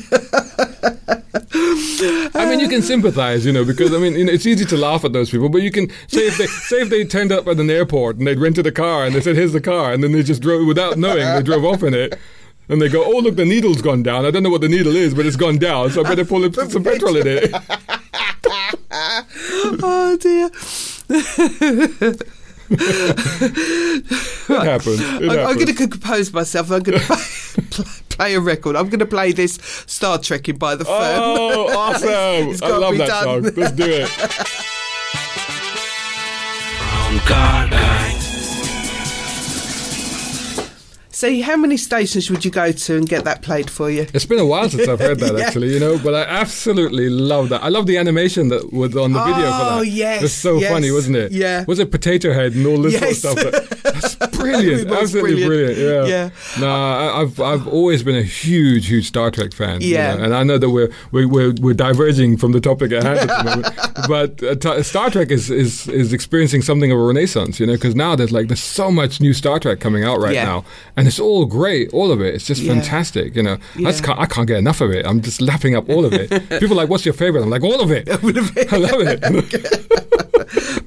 E: I mean, you
A: Uh.
E: can sympathize, you know, because I mean, you know, it's easy to laugh at those people, but you can say if they say if they turned up at an airport and they'd rented a car and they said, "Here's the car," and then they just drove without knowing, they drove off in it. And they go, oh look, the needle's gone down. I don't know what the needle is, but it's gone down, so I better pull it, put some petrol in it.
A: oh dear.
E: It happens. It
A: I'm, I'm
E: happens.
A: going to compose myself. I'm going to play, play a record. I'm going to play this Star Trekking by the Firm.
E: oh, awesome!
A: It's
E: I
A: gotta
E: love
A: be
E: that
A: done.
E: song. Let's do it.
D: I'm car guy.
A: See, how many stations would you go to and get that played for you?
E: It's been a while since I've heard that,
A: Yeah.
E: actually, you know, but I absolutely love that. I love the animation that was on the video for that.
A: Oh, yes,
E: It was so
A: yes,
E: funny, wasn't it?
A: yeah.
E: Was it Potato Head and all this
A: Yes.
E: sort of stuff? That, that's brilliant.
A: It was
E: absolutely
A: brilliant.
E: brilliant.
A: Yeah.
E: Yeah. Nah, I, I've, I've always been a huge, huge Star Trek fan. you
A: Yeah.
E: know, and I know that we're, we're, we're, we're diverging from the topic at hand at the moment, but uh, t- Star Trek is, is, is experiencing something of a renaissance, you know, because now there's like, there's so much new Star Trek coming out right
A: Yeah.
E: now, and it's all great, all of it. It's just
A: Yeah.
E: fantastic fantastic, You know, I just
A: Yeah.
E: can't, I can't get enough of it. I'm just lapping up all of it. People are like, "What's your favorite?" I'm like, "All of it." I love it.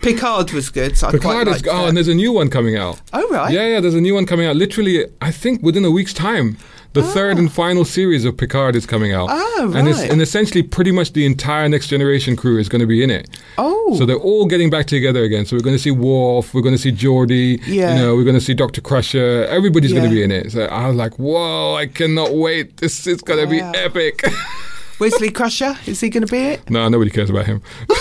A: Picard was good. So I quite
E: Picard is
A: liked
E: oh,
A: that.
E: and there's a new one coming out.
A: Oh, right.
E: Yeah, yeah. There's a new one coming out. Literally, I think within a week's time. The third and final series of Picard is coming out.
A: Ah,
E: And, it's,
A: right.
E: and essentially, pretty much the entire Next Generation crew is going to be in it.
A: Oh.
E: So they're all getting back together again. So we're going to see Worf, we're going to see Geordi,
A: Yeah.
E: you know, we're going to see Dr. Crusher. Everybody's going
A: Yeah.
E: to be in it. So I was like, whoa, I cannot wait. This is going to
A: Wow.
E: be epic.
A: Wesley Crusher, is he going to be it?
E: no, nobody cares about him.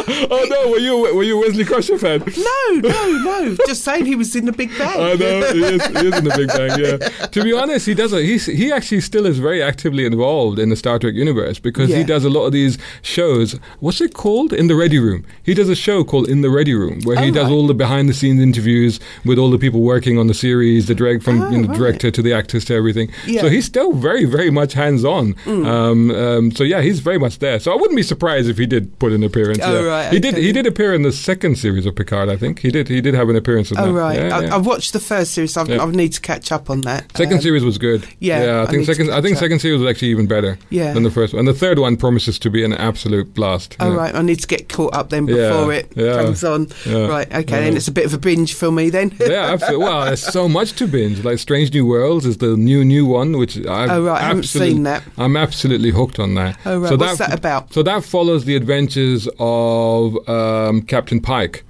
E: oh, no, were you, were you a Wesley Crusher fan?
A: No, no, no. Just saying he was in the Big Bang.
E: I know he is, he is in the Big Bang. Yeah. to be honest, he does. A, he's, he actually still is very actively involved in the Star Trek universe because
A: Yeah.
E: he does a lot of these shows. What's it called? In the Ready Room. He does a show called In the Ready Room where he
A: Oh,
E: does
A: right.
E: all the behind the scenes interviews with all the people working on the series, the direct from
A: Oh,
E: you know,
A: right.
E: director to the actors to everything.
A: Yeah. Mm.
E: So he's still very very much hands on. Um, um, so yeah, he's very much there. So I wouldn't be surprised if he did put an appearance.
A: Oh,
E: yeah.
A: right,
E: He did.
A: okay.
E: He did appear in the second series of Picard. I think he did. He did have an appearance. in
A: Oh
E: that.
A: right,
E: Yeah,
A: I,
E: yeah.
A: I've watched the first series. I've,
E: Yeah.
A: I need to catch up on that.
E: Second
A: Um,
E: series was good.
A: yeah, I
E: I
A: need
E: think
A: to
E: second. I
A: catch
E: think
A: up.
E: second series was actually even better.
A: Yeah.
E: than the first one. And the third one promises to be an absolute blast.
A: Oh
E: Yeah.
A: right, I need to get caught up then
E: Yeah,
A: before it
E: yeah,
A: comes on.
E: yeah.
A: Right, okay, then it's a bit of a binge for me then.
E: yeah, absolutely. Well, there's so much to binge. Like Strange New Worlds is the new new one, which I've
A: Oh, right, I haven't
E: absolute-
A: seen that.
E: I'm absolutely hooked on that.
A: Oh, right, what's that about?
E: So that follows the adventures of um, Captain Pike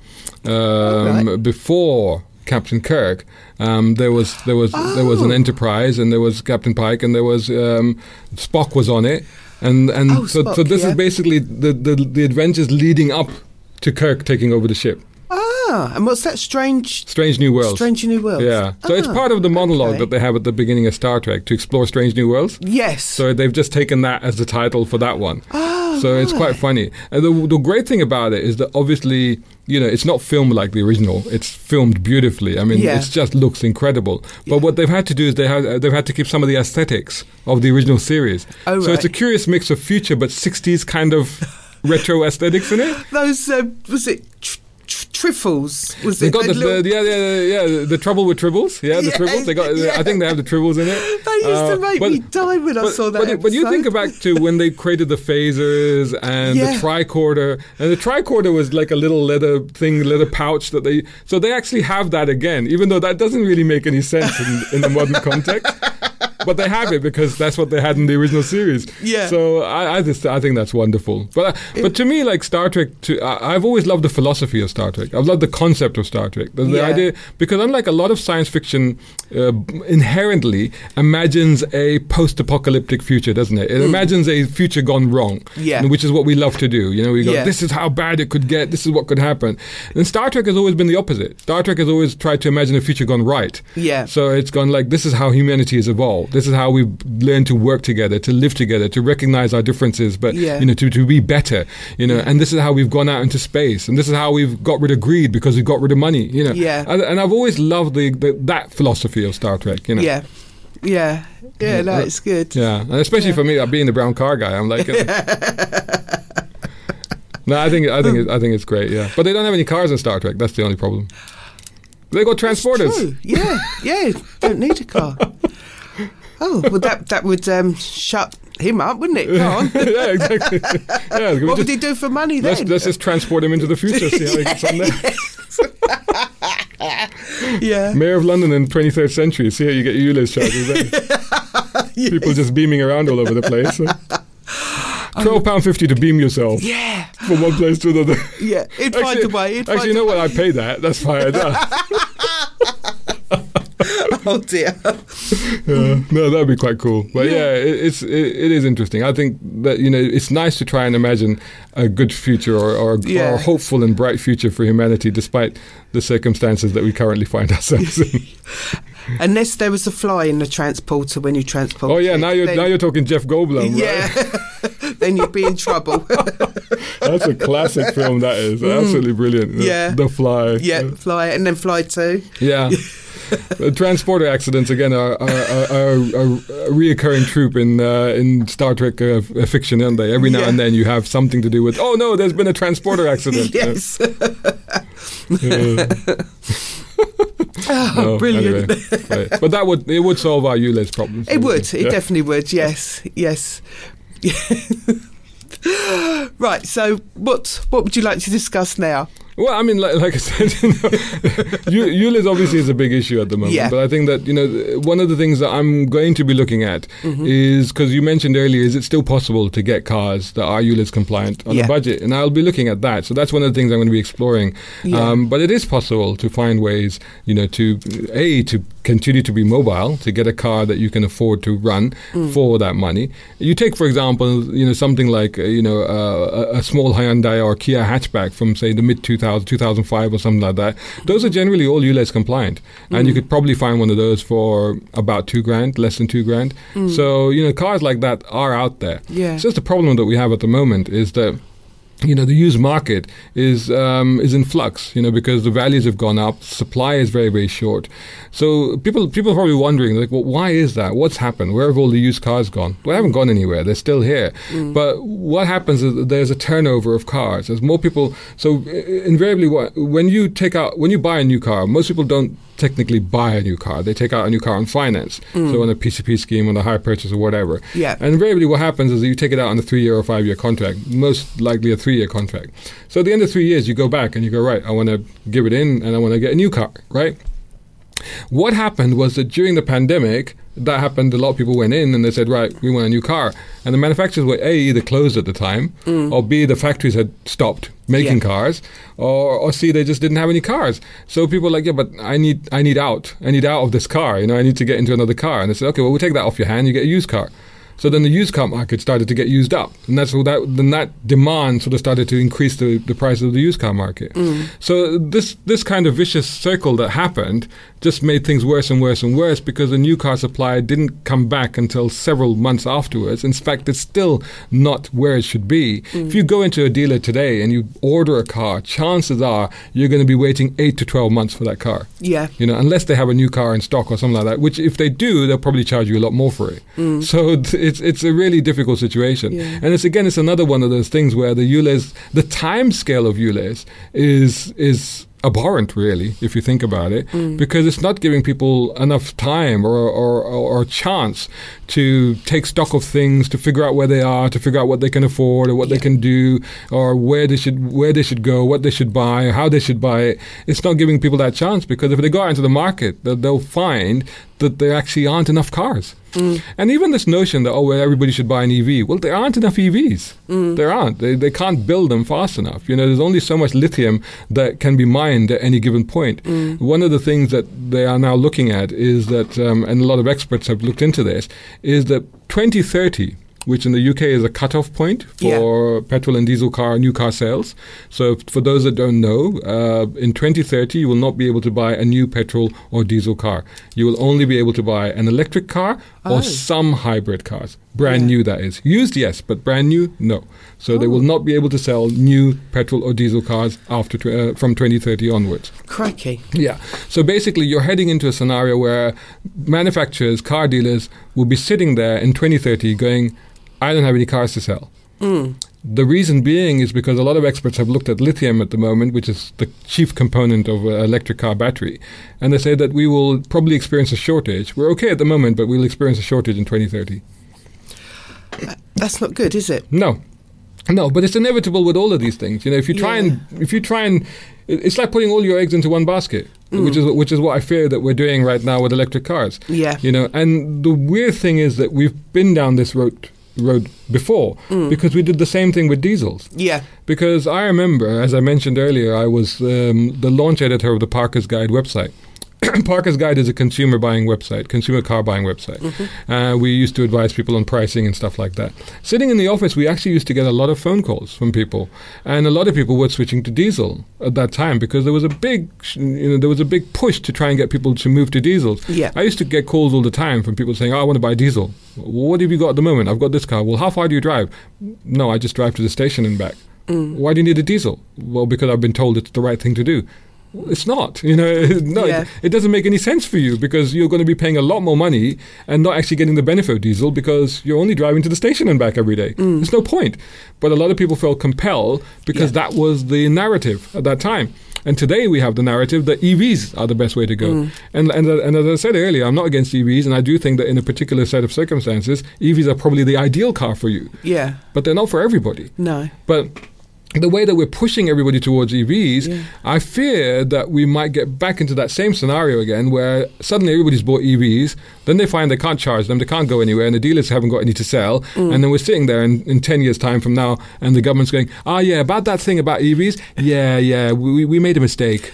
E: um,
A: right.
E: before. Captain Kirk. Um, there was there was there was
A: Oh.
E: an Enterprise, and there was Captain Pike, and there was um, Spock was on it, and and
A: Oh,
E: so, so
A: Spock,
E: this
A: yeah.
E: is basically the, the the adventures leading up to Kirk taking over the ship.
A: ah, and what's that strange,
E: Strange New Worlds.
A: strange new world?
E: Yeah. So it's part of the monologue
A: Ah, okay.
E: that they have at the beginning of Star Trek to explore Strange New Worlds.
A: Yes.
E: So they've just taken that as the title for that one.
A: Ah,
E: so it's quite funny. And the, the great thing about it is that obviously, you know, it's not filmed like the original. It's filmed beautifully. I mean,
A: Yeah.
E: it just looks incredible. But what they've had to do is they have, they've had to keep some of the aesthetics of the original series.
A: Oh,
E: so it's a
A: right.
E: curious mix of future but 60s kind of retro aesthetics in it.
A: Those uh, was it tr- tr- trifles? Was
E: They
A: it
E: got the,
A: the little-
E: the yeah, yeah, yeah, yeah, the trouble with tribbles. Yeah, the
A: Yeah,
E: tribbles. They got.
A: yeah.
E: I think they have the tribbles in it. Uh,
A: They used to make me die when I
E: but-
A: saw that
E: But, but you
A: episode.
E: think back to when they created the phasers and
A: Yeah.
E: the tricorder, and the tricorder was like a little leather thing, leather pouch that they. So they actually have that again, even though that doesn't really make any sense in, in the modern context. But they have it because that's what they had in the original series.
A: Yeah.
E: So so I, I just I think that's wonderful. But I- but to me, like Star Trek, to, I, I've always loved the philosophy of Star Trek. I've loved the concept of Star Trek. The, the
A: Yeah.
E: idea because unlike a lot of science fiction, uh, inherently imagines a post-apocalyptic future, doesn't it? It imagines a future gone wrong.
A: Hmm. Yeah.
E: Which is what we love to do. You know, we go,
A: Yeah.
E: this is how bad it could get. This is what could happen. And Star Trek has always been the opposite. Star Trek has always tried to imagine a future gone right.
A: Yeah.
E: So so it's gone like this is how humanity has evolved. This is how we've learned to work together, to live together, to recognize our differences, but
A: Yeah.
E: you know, to, to be better. You know, and this is how we've gone out into space, and this is how we've got rid of greed because we got rid of money. You know,
A: Yeah.
E: And, and I've always loved the, the that philosophy of Star Trek. You know,
A: yeah, yeah, yeah. No, it's good.
E: yeah, and especially for me, uh, being the brown car guy, I'm like. you know. No, I think I think it, I think it's great. Yeah, but they don't have any cars in Star Trek. That's the only problem. They got transporters.
A: True. Yeah, yeah. Don't need a car. Oh well, that that would um, shut him up, wouldn't it? Go on.
E: yeah, exactly. Yeah, we
A: What
E: just-
A: would he do for money
E: Let's,
A: then?
E: let's just transport him into the future. See how he gets on there.
A: yeah,
E: Mayor of London in 23rd century. See how you get ULIS charges there. People just beaming around all over the place. Twelve pound fifty to beam yourself
A: yeah,
E: from one place to another.
A: yeah. He'd find a way. He'd
E: actually,
A: find
E: you know what? I pay that. That's why I do.
A: a- Oh dear.
E: Yeah. No, that'd be quite cool. But yeah, it, it's it, it is interesting. I think that you know it's nice to try and imagine a good future or or, or
A: Yeah.
E: a hopeful and bright future for humanity, despite the circumstances that we currently find ourselves in.
A: Unless there was a fly in the transporter when you transport.
E: Oh yeah, now you're
A: then,
E: now you're talking Jeff Goldblum. right?
A: Yeah. then you'd be in trouble.
E: that's a classic film. That is absolutely brilliant. The-
A: Mm. Yeah.
E: The Fly.
A: yeah, fly and then fly two.
E: yeah. Uh, Transporter accidents again are are, are, are, are a reoccurring troop in uh, in Star Trek uh, f- fiction, aren't they? Every now
A: Yeah.
E: and then you have something to do with. Oh no, there's been a transporter accident.
A: Yes.
E: Uh, no,
A: Oh, brilliant.
E: anyway. Right. But that would it would solve our ULEZ problems.
A: It would. It
E: Yeah.
A: definitely would. Yes. Yes. right. So, what what would you like to discuss now?
E: Well, I mean, like, like I said, you know, Eu- ULIS obviously is a big issue at the moment.
A: Yeah.
E: But I think that, you know, th- one of the things that I'm going to be looking at
A: Mm-hmm.
E: is because you mentioned earlier, is it still possible to get cars that are ULIS compliant on
A: Yeah.
E: a budget? And I'll be looking at that. So that's one of the things I'm going to be exploring. Um, but it is possible to find ways, you know, to A, to continue to be mobile, to get a car that you can afford to run for that money. You take, for example, you know, something like, uh, you know, uh, a, a small Hyundai or Kia hatchback from, say, the mid 2000, 2005 or something like that. Those are generally all ULEZ compliant. And you could probably find one of those for about two grand, less than two grand. So, you know, cars like that are out there.
A: Yeah.
E: It's just the problem that we have at the moment is that you know the used market is um, is in flux you know because the values have gone up supply is very very short so people people are probably wondering like well, why is that what's happened where have all the used cars gone well, they haven't gone anywhere they're still here but what happens is that there's a turnover of cars there's more people so i- i- invariably what, when you take out when you buy a new car most people don't technically buy a new car they take out a new car on finance so on a PCP scheme on a hire purchase or whatever
A: Yeah.
E: and invariably, what happens is you take it out on a three year or five year contract, most likely a three year contract. So at the end of three years, you go back and you go, right, I want to give it in and I want to get a new car, right? What happened was that during the pandemic, that happened. A lot of people went in and they said, right, we want a new car. And the manufacturers were A, either closed at the time, or B, the factories had stopped making
A: Yeah.
E: cars, or, or C, they just didn't have any cars. So people were like, yeah, but I need, I need out. I need out of this car. You know, I need to get into another car. And they said, okay, well, we'll take that off your hand. You get a used car. So then the used car market started to get used up, and that's all that. Then that demand sort of started to increase the, the price of the used car market. So this this kind of vicious circle that happened just made things worse and worse and worse because the new car supply didn't come back until several months afterwards. In fact, it's still not where it should be. If you go into a dealer today and you order a car, chances are you're going to be waiting eight to twelve months for that car
A: Yeah.
E: you know, unless they have a new car in stock or something like that. Which, if they do, they'll probably charge you a lot more for it. So th- it's it's a really difficult situation, and it's again it's another one of those things where the ULEZ, the time scale of ULEZ is is abhorrent really if you think about it because it's not giving people enough time or, or or or chance to take stock of things to figure out where they are to figure out what they can afford or what they can do or where they should where they should go what they should buy or how they should buy it it's not giving people that chance because if they go out into the market, they'll, they'll find that there actually aren't enough cars. And even this notion that, oh, well, everybody should buy an EV. Well, there aren't enough EVs. There aren't. They, they can't build them fast enough. You know, there's only so much lithium that can be mined at any given point. One of the things that they are now looking at is that, um, and a lot of experts have looked into this, is that 2030, which in the UK is a cutoff point
A: Yeah.
E: for for petrol and diesel car new car sales. So f- for those that don't know, uh, in 2030 you will not be able to buy a new petrol or diesel car. You will only be able to buy an electric car or some hybrid cars, brand new that is. Used yes, but brand new no. So they will not be able to sell new petrol or diesel cars after tw- uh, from 2030 onwards.
A: Crikey.
E: Yeah. So basically, you're heading into a scenario where manufacturers, car dealers will be sitting there in 2030 going, I don't have any cars to sell. The reason being is because a lot of experts have looked at lithium at the moment, which is the chief component of an electric car battery, and they say that we will probably experience a shortage. We're okay at the moment, but we'll experience a shortage in 2030.
A: That's not good, is it?
E: No, no, but it's inevitable with all of these things. You know, if you try and if you try and it- it's like putting all your eggs into one basket, which is which is what I fear that we're doing right now with electric cars.
A: Yeah.
E: you know, and the weird thing is that we've been down this road road before because we did the same thing with diesels.
A: Yeah.
E: Because I remember, as I mentioned earlier, I was um, the launch editor of the Parker's Guide website. Parker's Guide is a consumer buying website, consumer car buying website. Uh, we used to advise people on pricing and stuff like that. Sitting in the office, we actually used to get a lot of phone calls from people, and a lot of people were switching to diesel at that time because there was a big, sh- you know, there was a big push to try and get people to move to diesels.
A: Yeah.
E: I used to get calls all the time from people saying, oh, "I want to buy diesel. What have you got at the moment? I've got this car. Well, how far do you drive? No, I just drive to the station and back. Why do you need a diesel? Well, because I've been told it's the right thing to do. Well, It's not, you know. No,
A: Yeah.
E: it, it doesn't make any sense for you because you're going to be paying a lot more money and not actually getting the benefit of diesel because you're only driving to the station and back every day. There's no point. But a lot of people felt compelled because that was the narrative at that time. And today we have the narrative that EVs are the best way to go. And, and, and as I said earlier, I'm not against EVs, and I do think that in a particular set of E circumstances, EVs are probably the ideal car for you.
A: Yeah.
E: But they're not for everybody.
A: No.
E: But the way that we're pushing everybody towards EVs, I fear that we might get back into that same scenario again where suddenly everybody's bought EVs, then they find they can't charge them, they can't go anywhere, and the dealers haven't got any to sell. And then we're sitting there in, in 10 years' time from now, and the government's going, ah, yeah, about that thing about EVs, yeah, yeah, we, we- we made a mistake.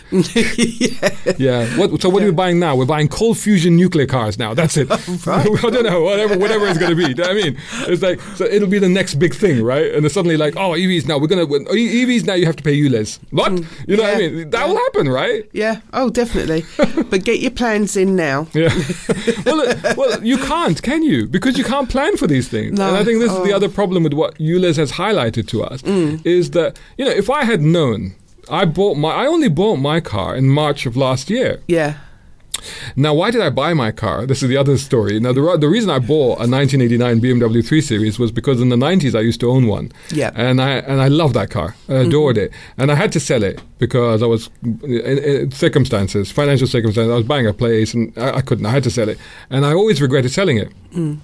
E: Yeah. What, so what are we buying now? We're buying cold fusion nuclear cars now. That's it. I don't know. Whatever, whatever it's going to be. Do you know what I mean? It's like so it'll be the next big thing, right? And then suddenly like, oh, EVs now. We're gonna win. Oh, EVs now. You have to pay ULEZ. What? You know what I
A: Mm. Yeah.
E: mean? That will happen, right?
A: Yeah. Oh, definitely. but get your plans in now.
E: Yeah. well, it- well, you can't, can you? Because you can't plan for these things.
A: No.
E: And I think this is the
A: Oh. Mm.
E: other problem with what Ulez has highlighted to us is that you know if I had known. I bought my. I only bought my car in March of last year.
A: Yeah.
E: Now, why did I buy my car? This is the other story. Now, the, ro- the reason I bought a 1989 BMW 3 Series was because in the 90s I used to own one.
A: Yeah. Mm-hmm.
E: And I and I loved that car. I adored it. And I had to sell it because I was in, in circumstances, financial circumstances. I was buying a place and I, I couldn't. I had to sell it. And I always regretted selling it.
A: Mm.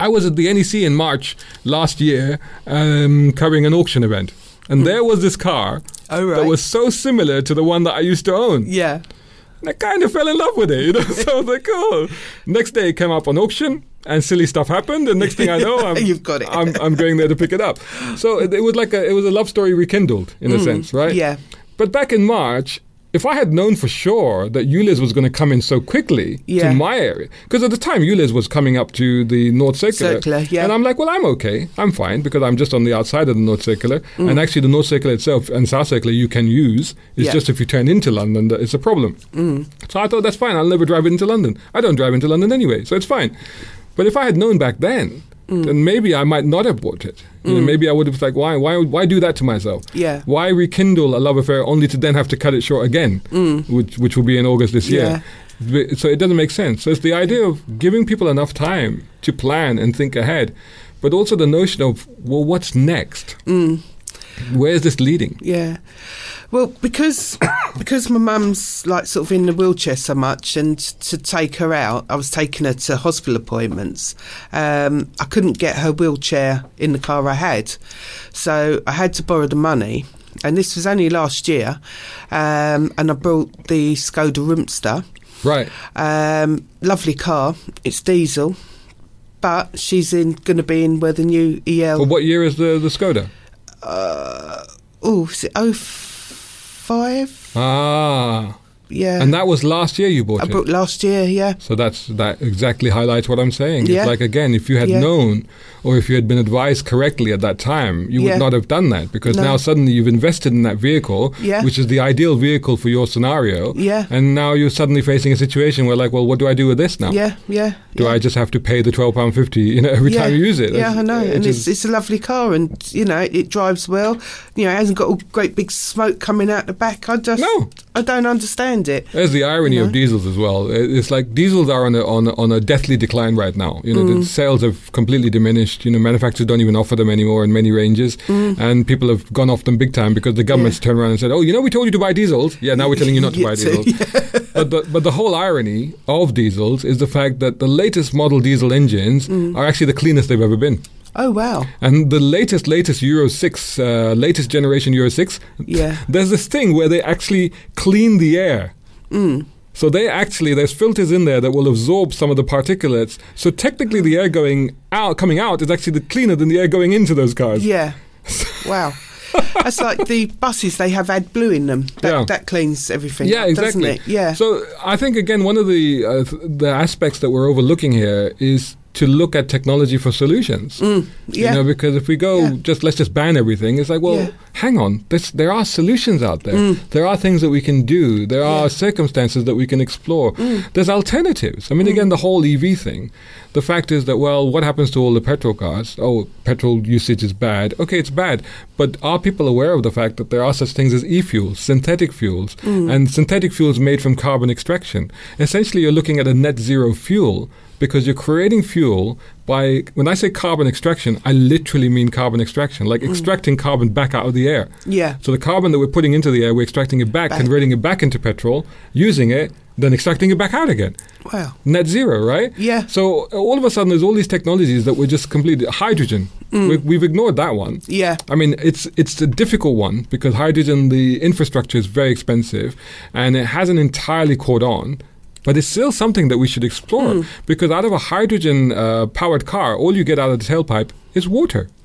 E: I was at the NEC in March last year um, covering an auction event. And there was this car
A: Mm. Oh,
E: that
A: right.
E: was so similar to the one that I used to own.
A: Yeah.
E: And I kind of fell in love with it, you know. So I was like, cool. Next day, it came up on auction, and silly stuff happened. And next thing I know, I'm,
A: You've got it.
E: I'm, I'm going there to pick it up. So it, it was like a, it was a love story rekindled in a sense, right?
A: Mm. yeah.
E: But back in March. If I had known for sure that ULIS was going to come in so quickly
A: Yeah.
E: to my area, because at the time ULIS was coming up to the North Circular,
A: Circular, yeah.
E: and I'm like, well, I'm okay, I'm fine, because I'm just on the outside of the North Circular,
A: Mm.
E: and actually the North Circular itself and South Circular you can use. It's
A: Yeah. Mm.
E: just if you turn into London that it's a problem. So I thought that's fine. I'll never drive into London. I don't drive into London anyway, so it's fine. But if I had known back then,
A: Mm.
E: then maybe I might not have bought it. You know, maybe I would have like, why, why, why do that to myself?
A: Yeah.
E: Why rekindle a love affair only to then have to cut it short again,
A: Mm.
E: which which will be in August this year.
A: Yeah.
E: But- So it doesn't make sense. So it's the idea of giving people enough time to plan and think ahead, but also the notion of well, what's next?
A: Mm.
E: Where is this leading?
A: Yeah. Well, because because my mum's like sort of in the wheelchair so much, and to take her out, I was taking her to hospital appointments. Um, I couldn't get her wheelchair in the car I had, so I had to borrow the money. And this was only last year, um, and I bought the Skoda Roomster.
E: Right.
A: Um, lovely car. It's diesel, but she's in going to be in where the new E EL.
E: Well, what year is the the Skoda?
A: oh, is it oh five?
E: Ah,
A: Yeah.
E: and that was last year you bought
A: uh, I
E: it.
A: booked last year, yeah.
E: So that's that exactly highlights what I'm saying.
A: Yeah.
E: It's like again, if you had
A: Yeah.
E: known or if you had been advised correctly at that time, you would
A: Yeah.
E: not have done that because
A: No.
E: now suddenly you've invested in that vehicle,
A: Yeah.
E: which is the ideal vehicle for your scenario.
A: Yeah.
E: And now you're suddenly facing a situation where like, well, what do I do with this now?
A: Yeah, yeah.
E: Do I just have to pay the twelve pound fifty, you know, every
A: yeah.
E: time you use it?
A: Yeah, I know.
E: It
A: and
E: just-
A: it's, it's a lovely car and, you know, it drives well. You know, it hasn't got all great big smoke coming out the back. I just,
E: No.
A: I don't understand it.
E: There's the irony of diesels as well. It- It's like diesels are on a, on a, on a deathly decline right now. You know, the sales have completely diminished. You know, manufacturers don't even offer them anymore in many ranges, and people have gone off them big time because the government's turned around and said, "Oh, you know, we told you to buy diesels. Yeah, now we're telling you not to
A: Yeah,
E: buy
A: so-
E: diesels." but, the, but the whole irony of diesels is the fact that the latest model diesel engines are actually the cleanest they've ever been.
A: Oh, wow.
E: And the latest, latest Euro 6, uh, latest generation Euro 6,
A: Yeah.
E: there's this thing where they actually clean the air.
A: Mm.
E: So they actually, there's filters in there that will absorb some of the particulates. So technically, the air going out, coming out, is actually the cleaner than the air going into those cars.
A: Yeah. wow. That's like the buses, they have AdBlue in them. That,
E: Yeah.
A: that cleans everything.
E: Yeah,
A: up,
E: exactly.
A: Doesn't it? Yeah.
E: So I think again, one of the uh, th- the aspects that we're overlooking here is to look at technology for solutions.
A: yeah.
E: You know, because if we go
A: Yeah.
E: just let's just ban everything, it's like, well,
A: Yeah. Mm.
E: hang on, There's there are solutions out there. There are things that we can do. There are circumstances that we can explore.
A: Mm.
E: There's alternatives. I mean, again, the whole EV thing. The fact is that well, what happens to all the petrol cars? Oh, petrol usage is bad. Okay, it's bad, but are people aware of the fact that there are such things as e-fuels, synthetic fuels,
A: Mm.
E: and synthetic fuels made from carbon extraction? Essentially, you're looking at a net zero fuel because you're creating fuel by when i say carbon extraction i literally mean carbon extraction like extracting carbon back out of the air
A: Mm. Yeah.
E: so the carbon that we're putting into the air we're extracting it back, converting it back into petrol using it then extracting it back out again.
A: Wow.
E: Net zero, right?
A: Yeah.
E: So uh, all of a sudden, there's all these technologies that we're just completely hydrogen. We, we've ignored that one.
A: Mm. Yeah.
E: I mean, it's it's a difficult one because hydrogen, the infrastructure is very expensive, and it hasn't entirely caught on. But it's still something that we should
A: Hmm.
E: explore because out of a hydrogen uh, powered car, all you get out of the tailpipe is water.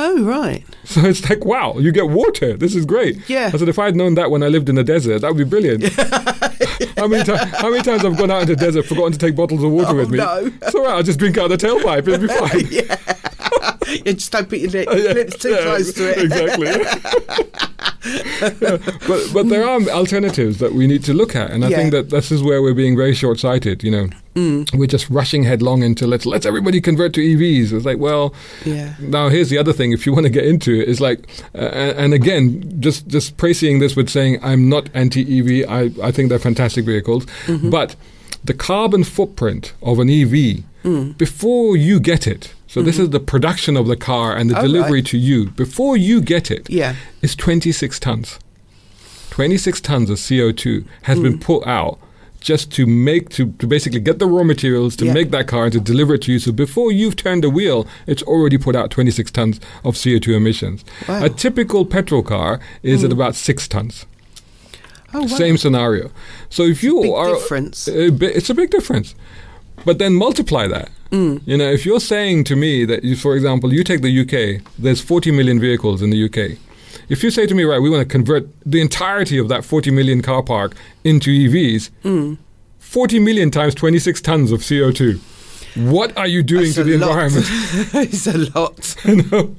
A: Oh, right.
E: So it's like, wow, you get water. This is great.
A: Yeah.
E: I said, if I had known that when I lived in the desert, that would be brilliant. how, many ti- how many times I've gone out into the desert, forgotten to take bottles of water
A: Oh,
E: with me?
A: no.
E: It's all right. I'll just drink out of the tailpipe. It'll be fine.
A: Yeah. yeah, just don't put your lip,
E: Oh, Yeah,
A: lips too
E: yeah,
A: close to it.
E: Exactly. Yeah. But but there are alternatives that we need to look at, and I
A: Yeah. Mm.
E: think that this is where we're being very short-sighted. You know, we're just rushing headlong into let's let's everybody convert to EVs. It's like well.
A: Yeah.
E: Now here's the other thing. If you want to get into it, is like, uh, and again, just just praising this with saying I'm not anti-EV. I I think they're fantastic vehicles,
A: Mm-hmm.
E: but the carbon footprint of an EV
A: Mm.
E: before you get it. So
A: Mm-hmm.
E: this is the production of the car and the
A: Oh,
E: delivery
A: right.
E: to you before you get it.
A: Yeah.
E: is 26 tons. 26 tons of CO2 has
A: Mm.
E: been put out just to make to, to basically get the raw materials to
A: Yeah.
E: make that car and to deliver it to you. So before you've turned the wheel, it's already put out 26 tons of CO2 emissions.
A: Wow. Mm.
E: A typical petrol car is at about six tons.
A: Oh, wow.
E: Same scenario. So if you
A: big
E: are
A: difference.
E: a bi- it's a big difference. But then multiply that.
A: Mm.
E: You know, if you're saying to me that you, for example, you take the UK, there's 40 million vehicles in the UK. If you say to me, right, we want to convert the entirety of that 40 million car park into EVs,
A: Mm.
E: 40 million times 26 tons of CO2. What are you doing
A: It's
E: to
A: a
E: the
A: lot.
E: environment?
A: it's a lot.
E: You know?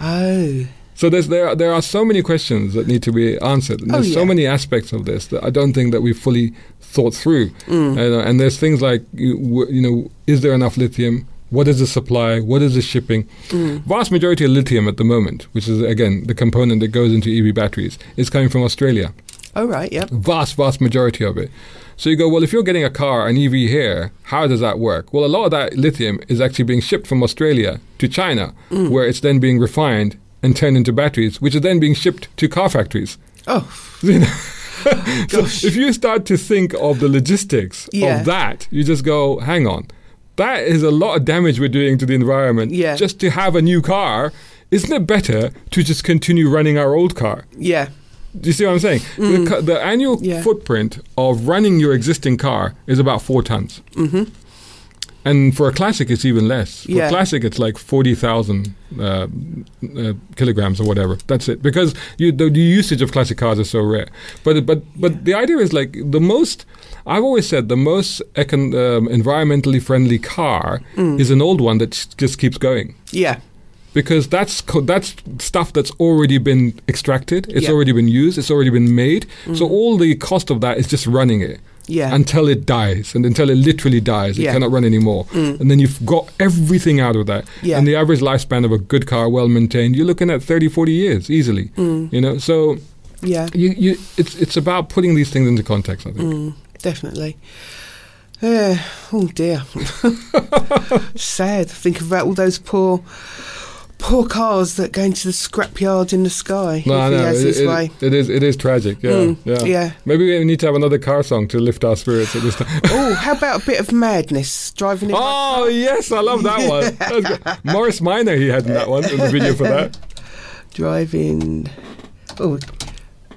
A: Oh,
E: So there's, there are, there are so many questions that need to be answered. And
A: Oh,
E: there's so
A: yeah.
E: many aspects of this that I don't think that we've fully thought through.
A: Mm.
E: And, uh, and there's things like you, w- you know, is there enough lithium? What is the supply? What is the shipping?
A: Mm.
E: Vast majority of lithium at the moment, which is again the component that goes into EV batteries, is coming from Australia.
A: all right. Yep.
E: Vast, vast majority of it. So you go, well, if you're getting a car, an EV here, how does that work? Well, a lot of that lithium is actually being shipped from Australia to China,
A: Mm.
E: where it's then being refined and turned into batteries, which are then being shipped to car factories.
A: Oh,
E: You know? so if you start to think of the logistics
A: Yeah.
E: of that, you just go, hang on, that is a lot of damage we're doing to the environment
A: Yeah.
E: just to have a new car. Isn't it better to just continue running our old car?
A: yeah.
E: Do you see what I'm saying? The, cu- the annual
A: Mm. Yeah.
E: footprint of running your existing car is about four tons. Mm-hmm. And for a classic, it's even less. For
A: Yeah.
E: a classic, it's like 40,000 uh, uh, kilograms or whatever. That's it. Because you, the, the usage of classic cars is so rare. But, but, but the idea is like the most, I've always said, the most econ, um, environmentally friendly car
A: Mm.
E: is an old one that s- just keeps going
A: Yeah.
E: because that's co- that's stuff that's already been extracted. It's
A: Yeah. Mm.
E: already been used. It's already been made. So all the cost of that is just running it.
A: Yeah.
E: Until it dies, and until it literally dies, it
A: Yeah. Mm.
E: cannot run anymore. And then you've got everything out of that.
A: Yeah.
E: And the average lifespan of a good car, well maintained, you're looking at 30, 40 years easily. You know, so
A: Mm. Yeah. Mm.
E: you, you it's it's about putting these things into context. I think.
A: Definitely. Uh, oh dear. Sad. Think about all those poor, poor cars that go into the scrapyard in the sky.
E: No,
A: if he
E: I know.
A: has
E: It-
A: his
E: it-
A: way.
E: it is it is tragic. Yeah,
A: Mm,
E: yeah,
A: yeah.
E: Maybe we need to have another car song to lift our spirits at this time.
A: Oh, how about a bit of madness driving in? my-
E: Oh yes, I love that one. That's good. Morris Minor he had in that one in the video for that.
A: driving. Oh,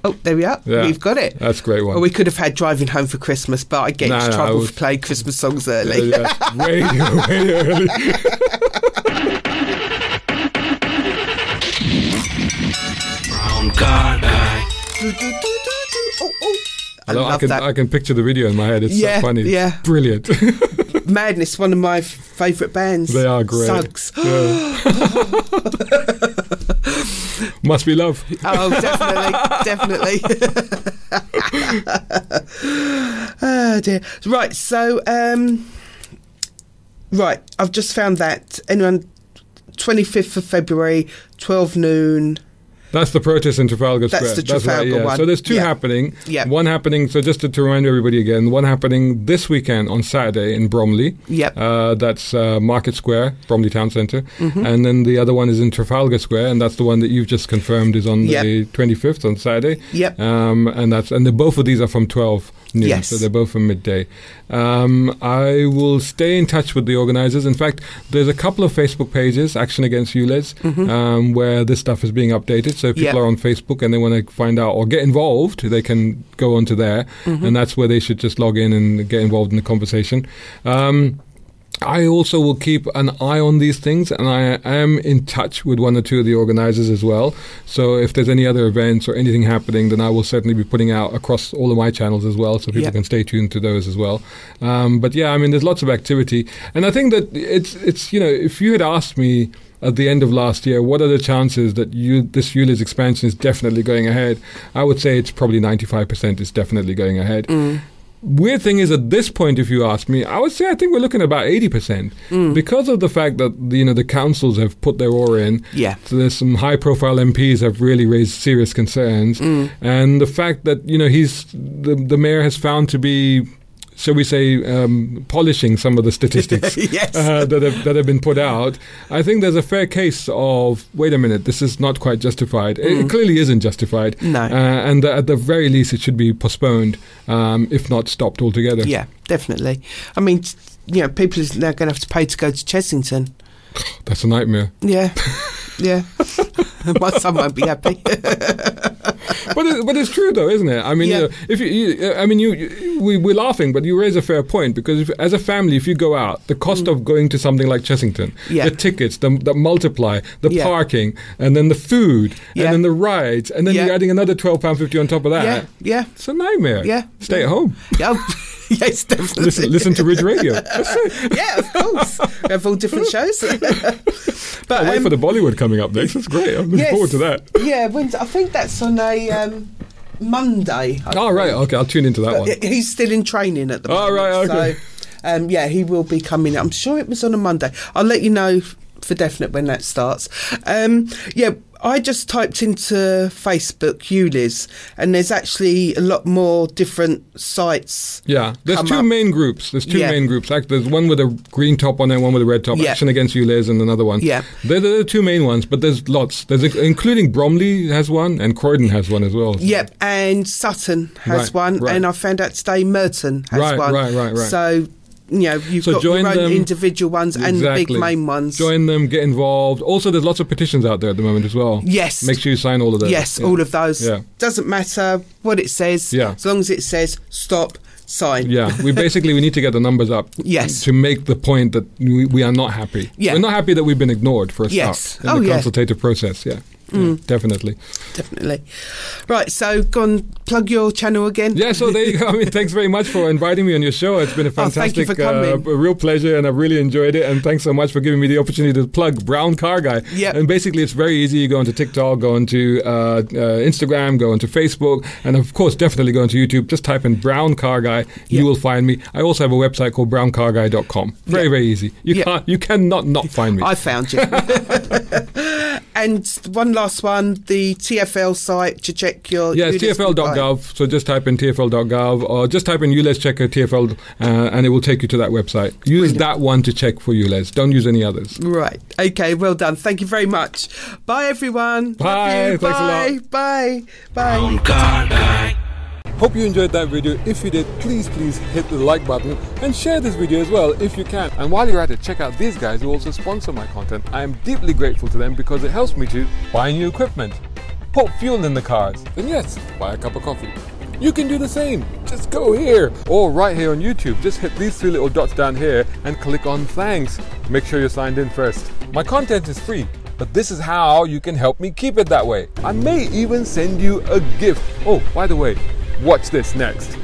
A: oh, there we are.
E: Yeah.
A: We've got it.
E: That's a great one.
A: Well, we could have had driving home for Christmas, but I get
E: No,
A: into
E: no, I
A: trouble
E: was-
A: for playing Christmas songs
E: Yeah,
A: early.
E: yeah. Way, way early.
D: brown car guy,
A: Do, do, do, do, do. Oh, oh. I
E: No,
A: love
E: I can
A: that.
E: I can picture the video in my head. It's
A: Yeah,
E: so funny.
A: yeah.
E: Brilliant.
A: Madness, one of my f- favourite bands.
E: They are great.
A: Suggs.
E: Yeah. Must be love.
A: Oh, definitely, definitely. oh dear. Right, so um, right, I've just found that anyone. 25th of February, 12 noon.
E: That's the protest in Trafalgar
A: That's
E: Square.
A: the Trafalgar
E: right, yeah.
A: one.
E: So there's two
A: Yeah.
E: happening.
A: Yeah.
E: One happening, so just to, to remind everybody again, one happening this weekend on Saturday in Bromley.
A: Yep.
E: Uh, that's uh, Market Square, Bromley Town center
A: Mm-hmm.
E: And then the other one is in Trafalgar Square, and that's the one that you've just confirmed is on
A: Yep.
E: the 25th on Saturday.
A: Yep.
E: Um, and that's and the, both of these are from 12 noon.
A: Yes.
E: So they're both from midday. Um, I will stay in touch with the organizers. In fact, there's a couple of Facebook pages, Action Against ULEZ, um, where this stuff is being updated. So if people
A: Yeah.
E: are on Facebook and they want to find out or get involved, they can go onto there. And that's where they should just log in and get involved in the conversation. Um, I also will keep an eye on these things, and I am in touch with one or two of the organizers as well. So if there's any other events or anything happening, then I will certainly be putting out across all of my channels as well, so people
A: Yeah.
E: can stay tuned to those as well. Um, but yeah, I mean, there's lots of activity, and I think that it's it's you know, if you had asked me at the end of last year, what are the chances that you this ULIS expansion is definitely going ahead? I would say it's probably 95% is definitely going ahead. Weird thing is, at this point, if you ask me, I would say I think we're looking at about eighty percent
A: Mm.
E: because of the fact that the, you know the councils have put their oar in.
A: Yeah.
E: so there's some high-profile MPs have really raised serious concerns,
A: Mm.
E: and the fact that you know he's the the mayor has found to be. Shall we say um, polishing some of the statistics
A: Yes.
E: uh, that have that have been put out? I think there's a fair case of wait a minute, this is not quite justified. It, it clearly isn't justified.
A: Mm. No.
E: Uh, and that at the very least, it should be postponed, um, if not stopped altogether.
A: Yeah, definitely. I mean, t- you know, people is now going to have to pay to go to Chessington.
E: That's a nightmare.
A: Yeah, yeah. My son won't be happy.
E: but it, but it's true though, isn't it? I mean,
A: Yeah.
E: you know, if you, you uh, I mean, you, you we we're laughing, but you raise a fair point because if, as a family, if you go out, the cost of going to something like Chessington,
A: Mm. Yeah.
E: the tickets, the, the multiply, the
A: Yeah.
E: parking, and then the food,
A: Yeah.
E: and then the rides, and then
A: Yeah.
E: you're adding another twelve pound fifty on top of that.
A: yeah, yeah,
E: It's a nightmare.
A: Yeah.
E: Stay at home.
A: yeah. yes, definitely.
E: Listen, listen to Ridge Radio. That's it.
A: Yeah, of course. we have all different shows. but
E: I'll wait
A: um,
E: for the Bollywood coming up next. That's great. I'm looking
A: yes.
E: forward to that.
A: Yeah, when's, I think that's on a um, Monday. I
E: All Oh, right. Okay. I'll tune into that one.
A: But he- he's still in training at the
E: Oh,
A: moment.
E: right, okay.
A: So, um, yeah, he will be coming. I'm sure it was on a Monday. I'll let you know f- for definite when that starts. Um, yeah, I just typed into Facebook ULIS, and there's actually a lot more different sites.
E: Yeah, there's
A: come
E: two
A: up.
E: main groups. There's two
A: Yeah.
E: main groups. Like there's one with a green top on it, one with a red top.
A: Yeah.
E: Action against ULEZ and another one.
A: Yeah.
E: they're, they're the two main ones. But there's lots. There's including Bromley has one and Croydon has one as well.
A: Yep, and Sutton has
E: Right,
A: one,
E: right.
A: and I found out today Merton has
E: Right,
A: one.
E: right, right, right.
A: So. You know, you've
E: So
A: got
E: join
A: your own
E: them.
A: individual ones and the big main ones.
E: Join them, get involved. Also, there's lots of petitions out there at the moment as well.
A: Yes.
E: make sure you sign all of those.
A: Yes,
E: Yeah.
A: all of those.
E: Yeah.
A: Doesn't matter what it says.
E: Yeah.
A: As long as it says stop, sign.
E: Yeah, we basically we need to get the numbers up.
A: Yes.
E: To make the point that we, we are not happy.
A: Yeah.
E: We're not happy that we've been ignored for a
A: Yes. Mm.
E: start in
A: Oh,
E: the
A: yeah.
E: consultative process. Yeah. Yeah, definitely.
A: Definitely. Right, so go and plug your channel again.
E: Yeah, so there you go. I mean, thanks very much for inviting me on your show. It's been a
A: Oh, thank you
E: fantastic,
A: for coming.
E: uh, a real pleasure, and I've really enjoyed it. And thanks so much for giving me the opportunity to plug Brown Car Guy.
A: Yep.
E: And basically, it's very easy. You go onto TikTok, go onto uh, uh, Instagram, go onto Facebook, and of course, definitely go onto YouTube. Just type in Brown Car Guy. You will find me. I also have a website called browncarguy.com. Very, very easy. You
A: Yep.
E: can't, you cannot not find me.
A: I found you. and one last one, the TFL site to check your.
E: Yeah, it's
A: your list of-
E: tfl.gov. So just type in tfl.gov or just type in ULES checker tfl uh, and it will take you to that website. Use that one to check for ULES. Don't use any others.
A: Right. Okay, well done. Thank you very much. Bye, everyone. Love
E: Bye.
A: you.
E: Thanks a
A: Bye.
E: lot.
A: Bye. Bye.
D: Brown car guy.
E: Hope you enjoyed that video. If you did, please, please hit the like button and share this video as well if you can. And while you're at it, check out these guys who also sponsor my content. I am deeply grateful to them because it helps me to buy new equipment, put fuel in the cars, and yes, buy a cup of coffee. You can do the same. Just go here or right here on YouTube. Just hit these three little dots down here and click on thanks. Make sure you're signed in first. My content is free, but this is how you can help me keep it that way. I may even send you a gift. Oh, by the way, watch this next.